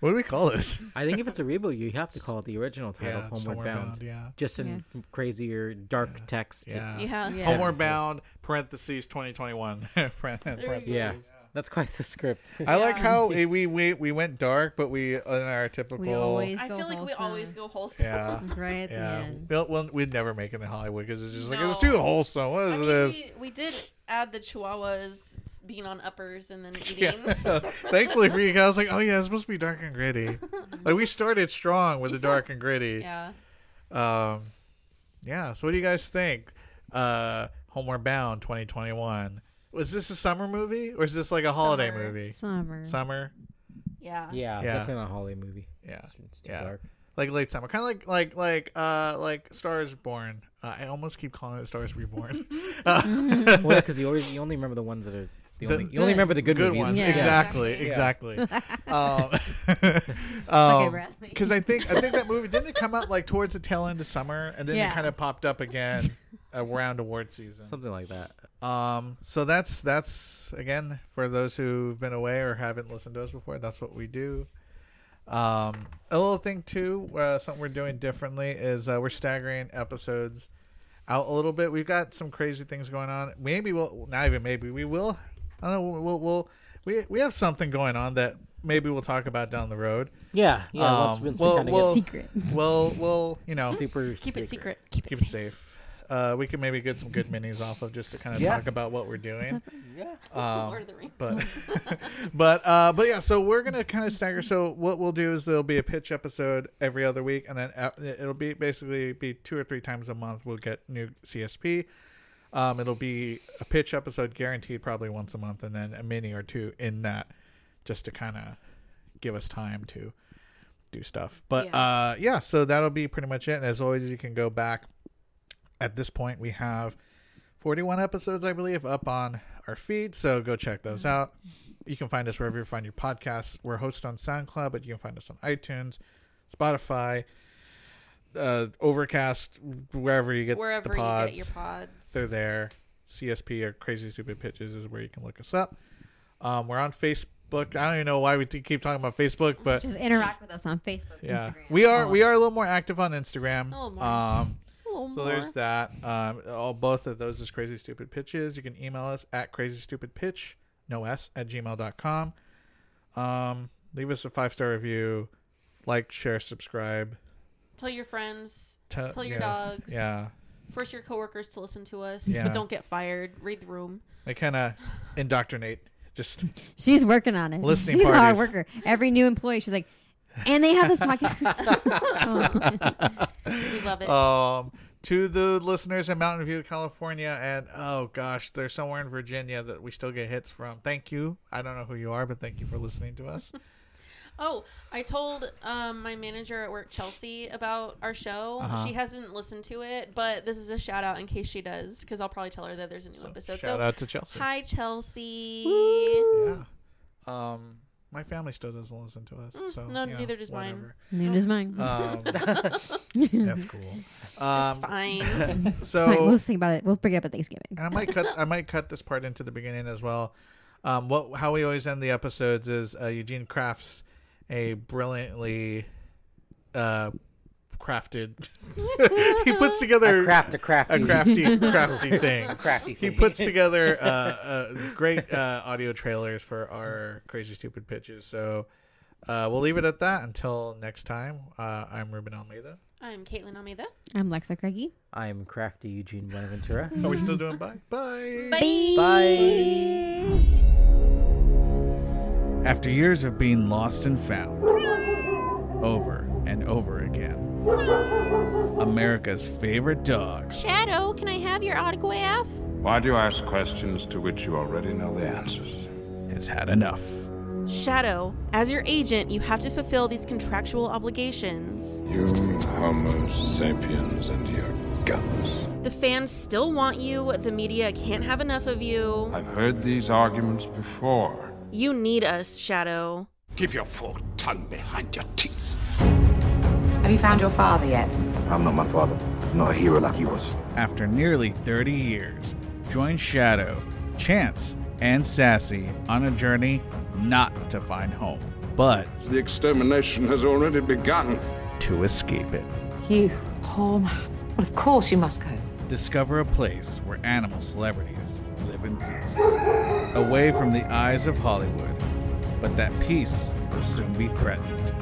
What do we call this? I think if it's a reboot, you have to call it the original title, Yeah, Homeward Homeward Bound. Bound, yeah. Just in crazier, dark text. Yeah. Yeah. Yeah. Homeward Bound parentheses 2021. Parentheses. Yeah. That's quite the script. I like how it, we, we we went dark, but we uh, in our typical We always I go feel like we wholesome. always go wholesome. yeah. right at the Yeah, end. well, well, we'd never make it in Hollywood because it's just like it's No. too wholesome. What is I mean, this? we, we did add the chihuahuas being on uppers and then Yeah. eating. Thankfully for you guys, I was like, oh yeah, it's supposed to be dark and gritty. like we started strong with the dark and gritty. yeah. Yeah. Um, yeah. So what do you guys think? Uh, Homeward Bound 2021. Was this a summer movie or is this like a holiday Summer. movie? Summer. Summer. Yeah. Yeah, Yeah. definitely not a Hollywood movie. Yeah. It's, it's too Yeah. dark. Like late summer, kind of like like like uh like Stars Born. Uh, I almost keep calling it Stars Reborn. Uh, Well, because you always you only remember the ones that are The the, only you good- only remember the good, good movies. ones, Yeah. exactly, exactly. um, um, Bradley. because I think I think that movie didn't it come out like towards the tail end of summer, and then it Yeah. kind of popped up again around award season. Something like that. Um, so that's that's again for those who've been away or haven't listened to us before. That's what we do. Um, a little thing too, uh, something we're doing differently is uh, we're staggering episodes out a little bit. We've got some crazy things going on. Maybe we'll not even maybe we will. I don't know. We'll, we'll, we'll we we have something going on that maybe we'll talk about down the road. Yeah, yeah. once Um, once well- we kind of well- Secret. We'll we'll you know get super Keep it secret. secret. Keep it keep it safe. safe. Uh, we could maybe get some good minis off of just to kind of Yeah. talk about what we're doing. Yeah. Um, Lord of the Rings. but but uh, but yeah, so we're gonna kind of stagger. So what we'll do is there'll be a pitch episode every other week, and then uh, it'll be basically be two or three times a month. We'll get new CSP. Um, it'll be a pitch episode guaranteed, probably once a month, and then a mini or two in that, just to kind of give us time to do stuff. But Yeah. uh, yeah, so that'll be pretty much it. And as always, you can go back. At this point, we have 41 episodes, I believe, up on our feed. So go check those Mm-hmm. out. You can find us wherever you find your podcasts. We're hosted on SoundCloud, but you can find us on iTunes, Spotify, uh, Overcast, wherever you get Wherever the pods. you get your pods. They're there. CSP or Crazy Stupid Pitches is where you can look us up. Um, we're on Facebook. I don't even know why we t- keep talking about Facebook, but Just interact with us on Facebook, yeah, Instagram. Oh. we are all we of are a little more active on Instagram. Oh. A little more. Um, A little so more. there's that. Um, all both of those is Crazy Stupid Pitches. You can email us at Crazy Stupid Pitch no s at gmail.com. Um, leave us a five star review, like, share, subscribe. Tell your friends. Te- Tell your Uh, yeah, dogs. Yeah. Force your coworkers to listen to us. Yeah. But don't get fired. Read the room. They kind of indoctrinate. Just it. She's working on it. Listening she's a hard parties. worker. Every new employee, she's like, and they have this podcast. We love it. Um, to the listeners in Mountain View, California, and oh gosh, there's somewhere in Virginia that we still get hits from. Thank you. I don't know who you are, but thank you for listening to us. Oh, I told um, my manager at work, Chelsea, about our show. Uh-huh. She hasn't listened to it, but this is a shout out in case she does, because I'll probably tell her that there's a new episode. Shout so, out to Chelsea. hi, Chelsea. Yeah. Um, my family still doesn't listen to us, so Mm, no, you know, neither does mine. whatever. Neither does mine. Um, that's cool. It's Um, fine. so It's fine. We'll just think about it. We'll bring it up at Thanksgiving. And I might cut I might cut this part into the beginning as well. Um, what how we always end the episodes is uh, Eugene crafts a brilliantly uh, crafted. he puts together A craft, a crafty, a crafty crafty thing. crafty. He thing. puts together uh, uh, great uh, audio trailers for our crazy stupid pitches. So uh, we'll leave it at that until next time. Uh, I'm Ruben Almeida. I'm Caitlin Almeida. I'm Lexa Craigie. I'm crafty Eugene Bonaventura. Are we still doing bye? Bye. Bye. After years of being lost and found, over and over again, America's favorite dogs Shadow, can I have your autograph? Why do you ask questions to which you already know the answers? has had enough. Shadow, as your agent, you have to fulfill these contractual obligations. You Homo sapiens and your guns. The fans still want you, the media can't have enough of you. I've heard these arguments before. You need us, Shadow. Keep your forked tongue behind your teeth. Have you found your father yet? I'm not my father. I'm not a hero like he was. After nearly 30 years, join Shadow, Chance, and Sassy on a journey not to find home, but The extermination has already begun. to escape it. You poor man. Well, of course you must go. Discover a place where animal celebrities live in peace, away from the eyes of Hollywood. But that peace will soon be threatened.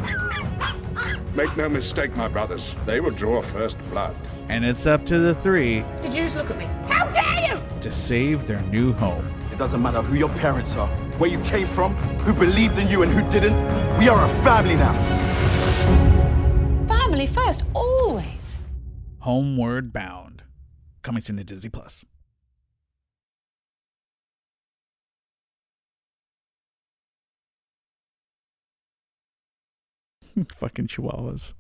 Make no mistake, my brothers. They will draw first blood. and it's up to the three Did you just look at me? How dare you! to save their new home. It doesn't matter who your parents are, where you came from, who believed in you and who didn't. We are a family now. Family first, always. Homeward Bound, coming soon to Disney Plus. Fucking chihuahuas.